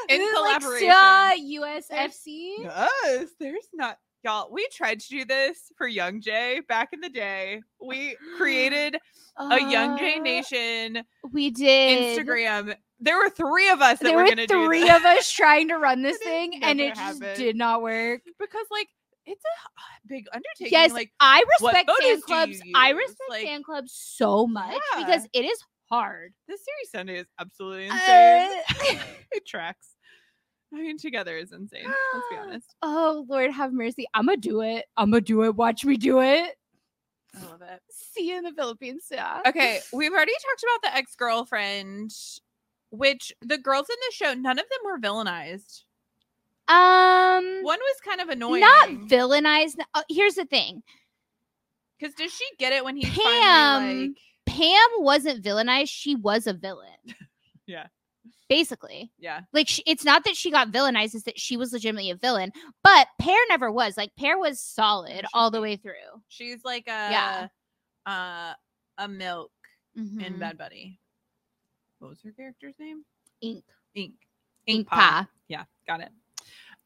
A: In
B: This is
A: collaboration.
B: Like Suya USFC.
A: Yes, there's not y'all. We tried to do this for Young Jay back in the day. We created a Young Jay
B: Uh,
A: Nation
B: We did
A: Instagram. There were three of us that
B: There
A: were,
B: were
A: gonna do
B: three
A: this
B: of us trying to run this
A: It
B: thing, and
A: never
B: it just
A: happened.
B: did not work.
A: because like it's a big undertaking.
B: yes,
A: like
B: I
A: what
B: respect fan
A: photos do
B: clubs.
A: you
B: I
A: use?
B: respect
A: Like,
B: fan clubs so much
A: yeah.
B: because it is hard.
A: this series Sunday is absolutely insane.
B: Uh,
A: it tracks. I mean, together is insane. Let's be honest.
B: oh Lord, have mercy! I'ma do it. I'ma do it. Watch me do it.
A: I love it.
B: See you in the Philippines, yeah.
A: Okay, we've already talked about the ex girlfriend, which the girls in the show, none of them were villainized.
B: Um,
A: One was kind of annoying.
B: not villainized. Uh, here's the thing:
A: Because does she get it when he finally
B: Pam.
A: like?
B: Pam wasn't villainized. She was a villain.
A: Yeah.
B: Basically,
A: Yeah,
B: like she, it's not that she got villainized; it's that she was legitimately a villain. But Pear never was. Like Pear was solid
A: she
B: all the
A: was.
B: way through.
A: she's like a
B: Yeah.
A: uh, a milk in
B: Mhm.
A: Bad Bunny. What was her character's name?
B: Ink,
A: Ink.
B: ink
A: Pie.
B: pie.
A: Yeah, got it.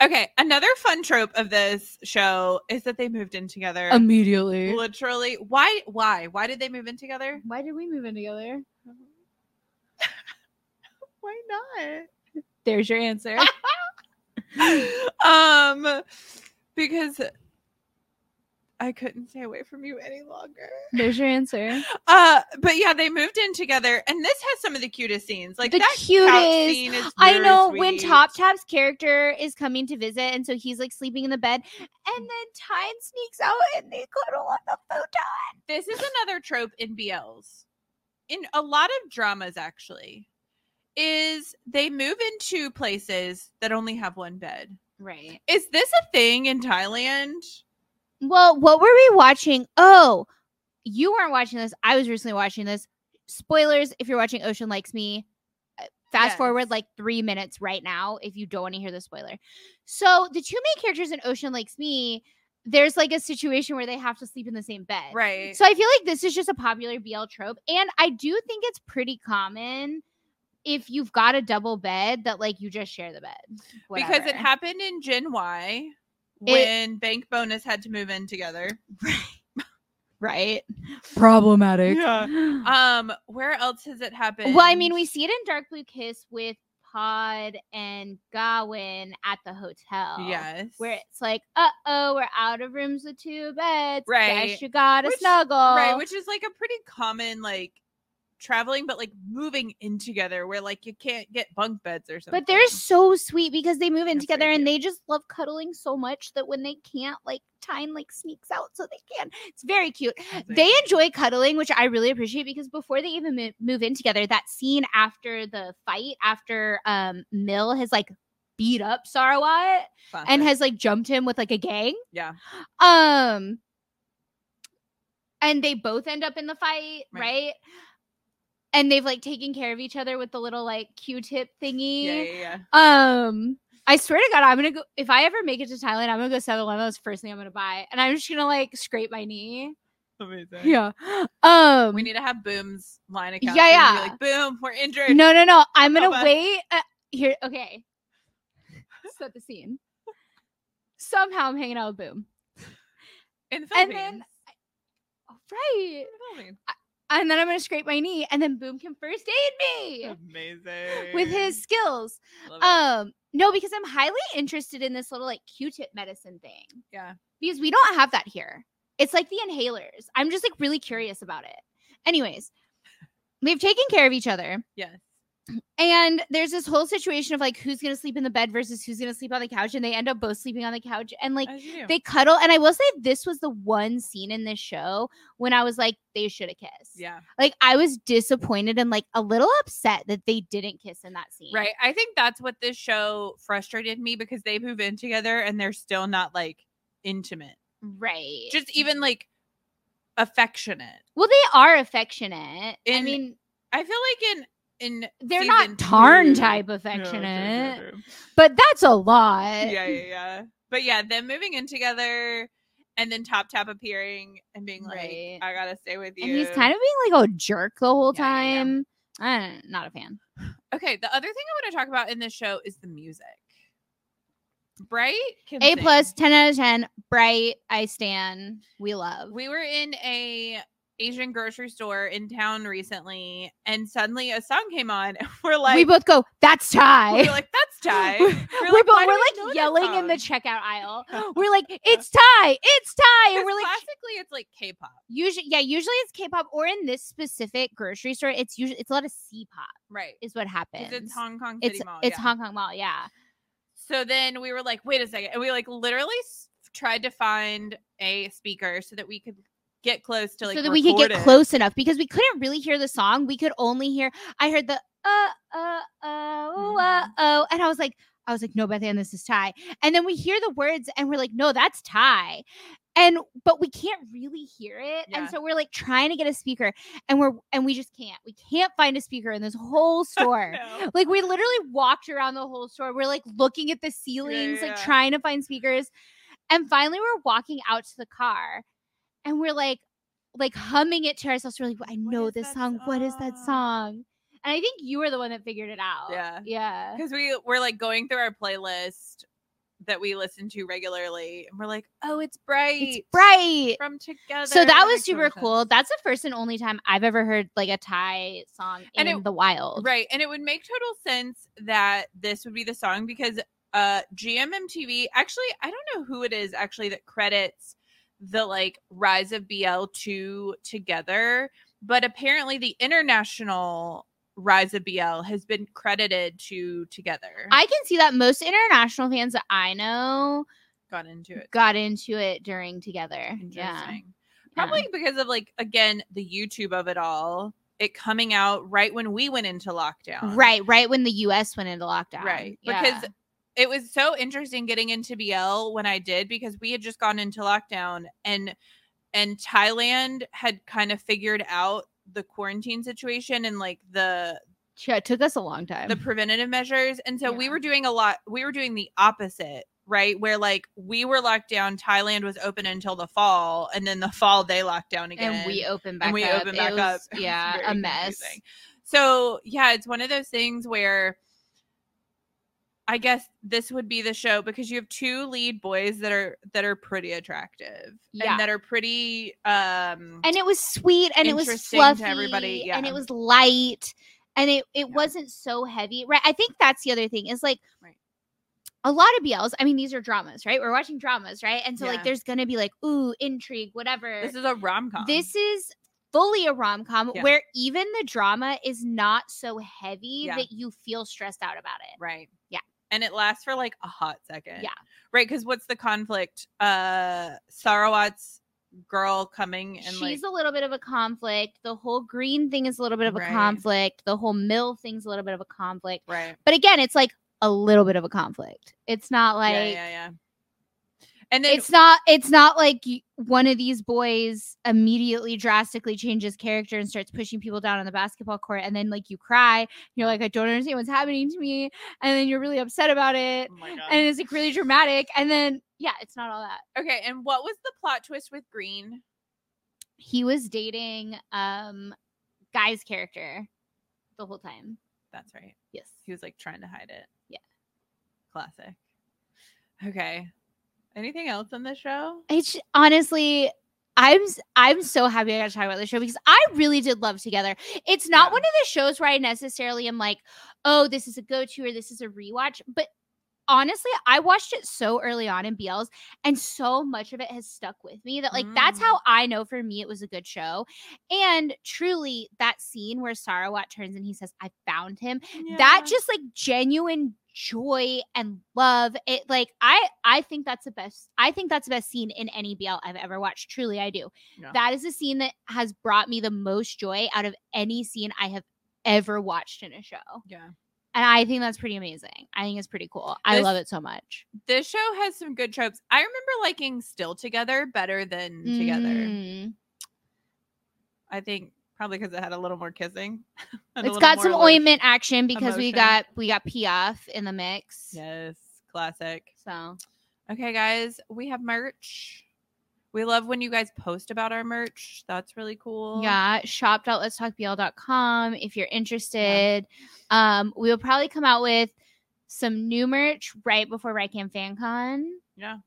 A: Okay, another fun trope of this show is that they moved in together.
B: immediately.
A: Literally, why? Why? Why did they move in together?
B: Why did we move in together?
A: Why not?
B: There's your answer.
A: um, because I couldn't stay away from you any longer.
B: There's your answer.
A: Uh, but yeah, they moved in together, and this has some of the cutest scenes. Like
B: The
A: that couch
B: cutest.
A: Scene is
B: I
A: very
B: know when
A: sweet.
B: Top Tap's character is coming to visit, and so he's like sleeping in the bed, and then Tyne sneaks out and they cuddle on the futon.
A: This is another trope in BLs, in a lot of dramas actually, is they move into places that only have one bed.
B: Right.
A: Is this a thing in Thailand?
B: Well, what were we watching? Oh, you weren't watching this. I was recently watching this. Spoilers if you're watching Ocean Likes Me. uh, Fast
A: Yes.
B: forward like three minutes right now if you don't want to hear the spoiler. So, the two main characters in Ocean Likes Me, there's like a situation where they have to sleep in the same bed.
A: Right.
B: So I feel like this is just a popular BL trope. And I do think it's pretty common if you've got a double bed that like you just share the bed.
A: because it
B: whatever.
A: happened in Gen Y when Bank Bonus had to move in together.
B: right. Problematic.
A: Yeah. Um, where else has it happened?
B: well, I mean, we see it in Dark Blue Kiss with Pod and Gawain at the hotel.
A: yes,
B: Where it's like, uh oh, we're out of rooms with two beds.
A: Right.
B: Guess you gotta
A: Which-
B: snuggle.
A: right, which is like a pretty common like traveling, but like moving in together, where like you can't get bunk beds or something.
B: But they're so sweet because they move in
A: That's very
B: together and
A: cute.
B: they just love cuddling so much that when they can't, like Tyne like sneaks out so they can. It's very cute. They enjoy cuddling, which I really appreciate because before they even mo- move in together, that scene after the fight, after um Mill has like beat up Sarawat and has like jumped him with like a gang.
A: Yeah.
B: Um and they both end up in the fight,
A: Right.
B: right? And they've like taken care of each other with the little like Q-tip thingy.
A: yeah, yeah, yeah.
B: Um, I swear to God, I'm gonna go. If I ever make it to Thailand, I'm gonna go 7 Eleven. That's the first thing I'm gonna buy, and I'm just gonna like scrape my knee.
A: Amazing.
B: Yeah. Um.
A: we need to have Boom's line account.
B: Yeah,
A: Yeah,
B: yeah.
A: Like Boom, we're injured.
B: no, no, no. I'm
A: Help
B: gonna
A: us.
B: wait. Uh, here. Okay. Set the scene. Somehow I'm hanging out with Boom.
A: in the
B: and
A: Philippines.
B: then- All right.
A: In
B: And then I'm gonna scrape my knee, and then Boom can first aid
A: the
B: me
A: Philippines. amazing
B: with his skills.
A: Love it.
B: Um. No, because I'm highly interested in this little like Q-tip medicine thing.
A: yeah,
B: because we don't have that here. It's like the inhalers. I'm just like really curious about it. Anyways, they've taken care of each other.
A: yes,
B: And there's this whole situation of like who's going to sleep in the bed versus who's going to sleep on the couch. And they end up both sleeping on the couch. And like
A: as you do.
B: they cuddle. And I will say, this was the one scene in this show when I was like, they should have kissed.
A: yeah,
B: Like I was disappointed and like a little upset that they didn't kiss in that scene.
A: Right. I think that's what this show frustrated me because they move in together and they're still not like intimate,
B: Right.
A: just even like affectionate.
B: well, they are affectionate. I
A: In-
B: mean,
A: I feel like in in
B: they're
A: season
B: not Tarn
A: two-
B: type
A: No, true, true,
B: affectionate.
A: true.
B: but that's a lot.
A: Yeah, yeah, yeah. But yeah, them moving in together and then Top Tap appearing and being
B: Right.
A: like, I gotta stay with you.
B: And he's kind of being like a jerk the whole
A: Yeah, yeah, yeah.
B: time. I don't- not a fan.
A: okay. The other thing I want to talk about in this show is the music. Bright can
B: A
A: sing.
B: plus, ten out of ten. Bright, I stand. We love.
A: We were in a Asian grocery store in town recently, and suddenly a song came on, and we're like,
B: we both go. That's
A: we
B: Ty.
A: were like, that's Ty.
B: We're-
A: We're
B: We're,
A: like,
B: both
A: "Why do
B: we're
A: we know
B: like
A: that
B: yelling in the
A: song?"
B: checkout aisle. We're like, it's Ty. It's Ty. And
A: 'Cause
B: we're like,
A: classically, it's like K-pop,
B: usually, yeah, usually it's K-pop or in this specific grocery store, it's usually it's a lot of C-pop
A: right?
B: is what happens.
A: 'Cause it's Hong Kong City
B: It's,
A: Mall.
B: it's
A: yeah.
B: Hong Kong Mall. Yeah.
A: So then we were like, wait a second. And we like literally s- tried to find a speaker so that we could get close to like
B: so that we could get
A: record it.
B: close enough because we couldn't really hear the song. We could only hear. I heard the uh uh oh uh
A: Mm-hmm.
B: oh, and I was like, I was like, no, Beth Ann, this is Ty. And then we hear the words, and we're like, no, that's Ty. And but we can't really hear it,
A: Yeah.
B: and so we're like trying to get a speaker, and we're and we just can't. We can't find a speaker in this whole store.
A: No.
B: Like we literally walked around the whole store. We're like looking at the ceilings,
A: yeah,
B: like
A: yeah.
B: trying to find speakers. And finally we're walking out to the car and we're like like humming it to ourselves. We're like, I know
A: is
B: this
A: that
B: song. What is that
A: song?"
B: song? And I think you were the one that figured it out.
A: Yeah.
B: Yeah.
A: Because we were like going through our playlist that we listen to regularly, and we're like, oh, it's bright.
B: It's bright.
A: from together.
B: So that was
A: Like,
B: super
A: Commercials.
B: cool. That's the first and only time I've ever heard like a Thai song
A: And
B: in
A: it-
B: the wild.
A: Right. And it would make total sense that this would be the song because uh GMMTV actually I don't know who it is actually that credits the like rise of BL2 together, but apparently the international rise of BL has been credited to together.
B: I can see that most international fans that I know
A: got into it.
B: got into it during together. Yeah.
A: Interesting. Probably because of like again the YouTube of it all, it coming out right when we went into lockdown.
B: Right, right when the US went into lockdown.
A: Right.
B: Yeah.
A: Because it was so interesting getting into BL when I did because we had just gone into lockdown and and Thailand had kind of figured out the quarantine situation and like the
B: Yeah, it took us a long time.
A: the preventative measures and so we
B: Yeah.
A: were doing a lot we were doing the opposite right where like we were locked down thailand was open until the fall and then the fall they locked down again
B: and we opened back
A: and we
B: up.
A: opened
B: It
A: back
B: was-
A: up. It was
B: Yeah,
A: very
B: a mess.
A: confusing. So yeah, it's one of those things where I guess this would be the show because you have two lead boys that are that are pretty attractive
B: Yeah.
A: and that are pretty um
B: And it was sweet and it was
A: Interesting to
B: fluffy
A: everybody,
B: and
A: yeah.
B: it was light and it it
A: Yeah.
B: wasn't so heavy. Right. I think that's the other thing is like
A: Right.
B: a lot of BLs, I mean, these are dramas, right? We're watching dramas, right? And so,
A: Yeah.
B: like, there's gonna be like, ooh, intrigue, whatever.
A: this is a rom com.
B: This is fully a rom com
A: Yeah.
B: where even the drama is not so heavy
A: Yeah.
B: that you feel stressed out about it.
A: right.
B: Yeah.
A: And it lasts for like a hot second.
B: Yeah.
A: Right, because what's the conflict? Uh Sarawat's girl coming and
B: She's
A: like
B: a little bit of a conflict. The whole green thing is a little bit of a
A: Right.
B: conflict. The whole mill thing's a little bit of a conflict.
A: right.
B: But again, it's like a little bit of a conflict. It's not like
A: yeah, yeah, yeah. And then
B: it's not it's not like y- one of these boys immediately drastically changes character and starts pushing people down on the basketball court and then like you cry you're like i don't understand what's happening to me and then you're really upset about it
A: oh my God.
B: and it's like really dramatic and then yeah it's not all that
A: Okay, and what was the plot twist with Green?
B: he was dating um guy's character the whole time
A: That's right.
B: yes
A: He was like trying to hide it.
B: Yeah.
A: Classic. Okay. Anything else on the show?
B: it's honestly I'm s- I'm so happy I got to talk about this show because I really did love Together. It's not
A: Yeah.
B: one of the shows where I necessarily am like, oh, this is a go to or this is a rewatch. But honestly, I watched it so early on in BLs, and so much of it has stuck with me that like that's
A: Mm.
B: how I know for me it was a good show. And truly, that scene where Sarawat turns and he says, "I found him," that just like genuine joy and love it like i i think that's the best i think that's the best scene in any bl i've ever watched truly i do
A: Yeah.
B: that is a scene that has brought me the most joy out of any scene i have ever watched in a show
A: yeah.
B: and i think that's pretty amazing i think it's pretty cool i
A: This-
B: love it so much
A: This show has some good tropes. I remember liking Still Together better than Together.
B: Mm.
A: I think probably because it had a little more kissing. and a
B: it's
A: little
B: got
A: more,
B: some
A: like-
B: ointment action because we
A: emotion.
B: got we got piaf in the mix
A: Yes, classic.
B: so
A: Okay, guys, we have merch. We love when you guys post about our merch. That's really cool.
B: Yeah, shop.letstalkbl.com if you're interested. Um, we will probably come out with some new merch right before Rycam FanCon,
A: Yeah.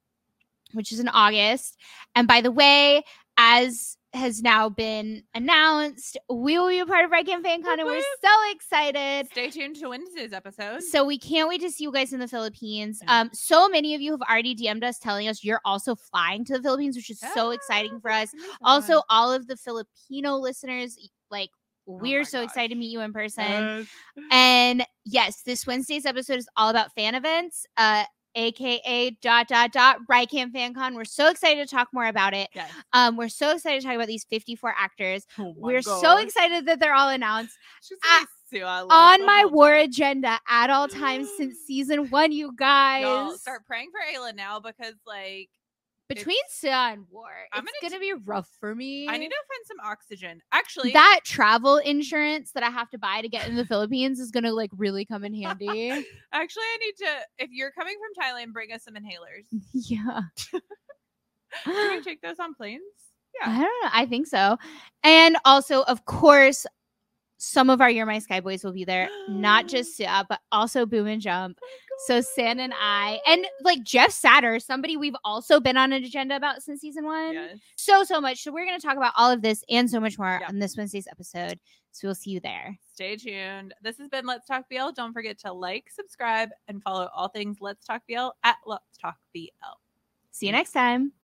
B: which is in August. And by the way, as has now been announced, we will be a part of Rycam FanCon, and we're
A: Whoop
B: so excited.
A: Stay tuned to Wednesday's episode.
B: So we can't wait to see you guys in the Philippines.
A: Yeah.
B: Um, so many of you have already DM'd us telling us you're also flying to the Philippines, which is
A: Ah,
B: so exciting for us.
A: Oh
B: Also, all of the Filipino listeners, like we're
A: Oh my
B: so
A: gosh. Uh.
B: excited to meet you in person. And yes, this Wednesday's episode is all about fan events, uh, aka dot dot dot Rycam FanCon. We're so excited to talk more about it.
A: Yes.
B: Um, we're so excited to talk about these 54 actors.
A: Oh my
B: we're so
A: gosh.
B: excited that they're all announced
A: She's
B: Ah,
A: like, "Sue, I love
B: on my
A: you."
B: war agenda at all times since season one, you
A: Y'all,
B: guys.
A: start praying for Ayla now because like
B: Between Sia and War,
A: I'm
B: it's
A: gonna
B: gonna be rough for me.
A: I need to find some oxygen. Actually,
B: that travel insurance that I have to buy to get in the Philippines is gonna like really come in handy.
A: actually, I need to. If you're coming from Thailand, bring us some inhalers.
B: yeah.
A: Can you take those on planes? Yeah.
B: I don't know. I think so. And also, of course, some of our You're My Sky Boys will be there. Not just Sia, but also Boom and Jump.
A: Oh
B: So San and I, and like Jeff Satter, somebody we've also been on an agenda about since season one.
A: Yes.
B: So so much. So we're gonna talk about all of this and so much more
A: Yeah.
B: on this Wednesday's episode. So we'll see you there.
A: Stay tuned. This has been Let's Talk BL. Don't forget to like, subscribe, and follow all things Let's Talk BL at Let's Talk BL.
B: See you next time.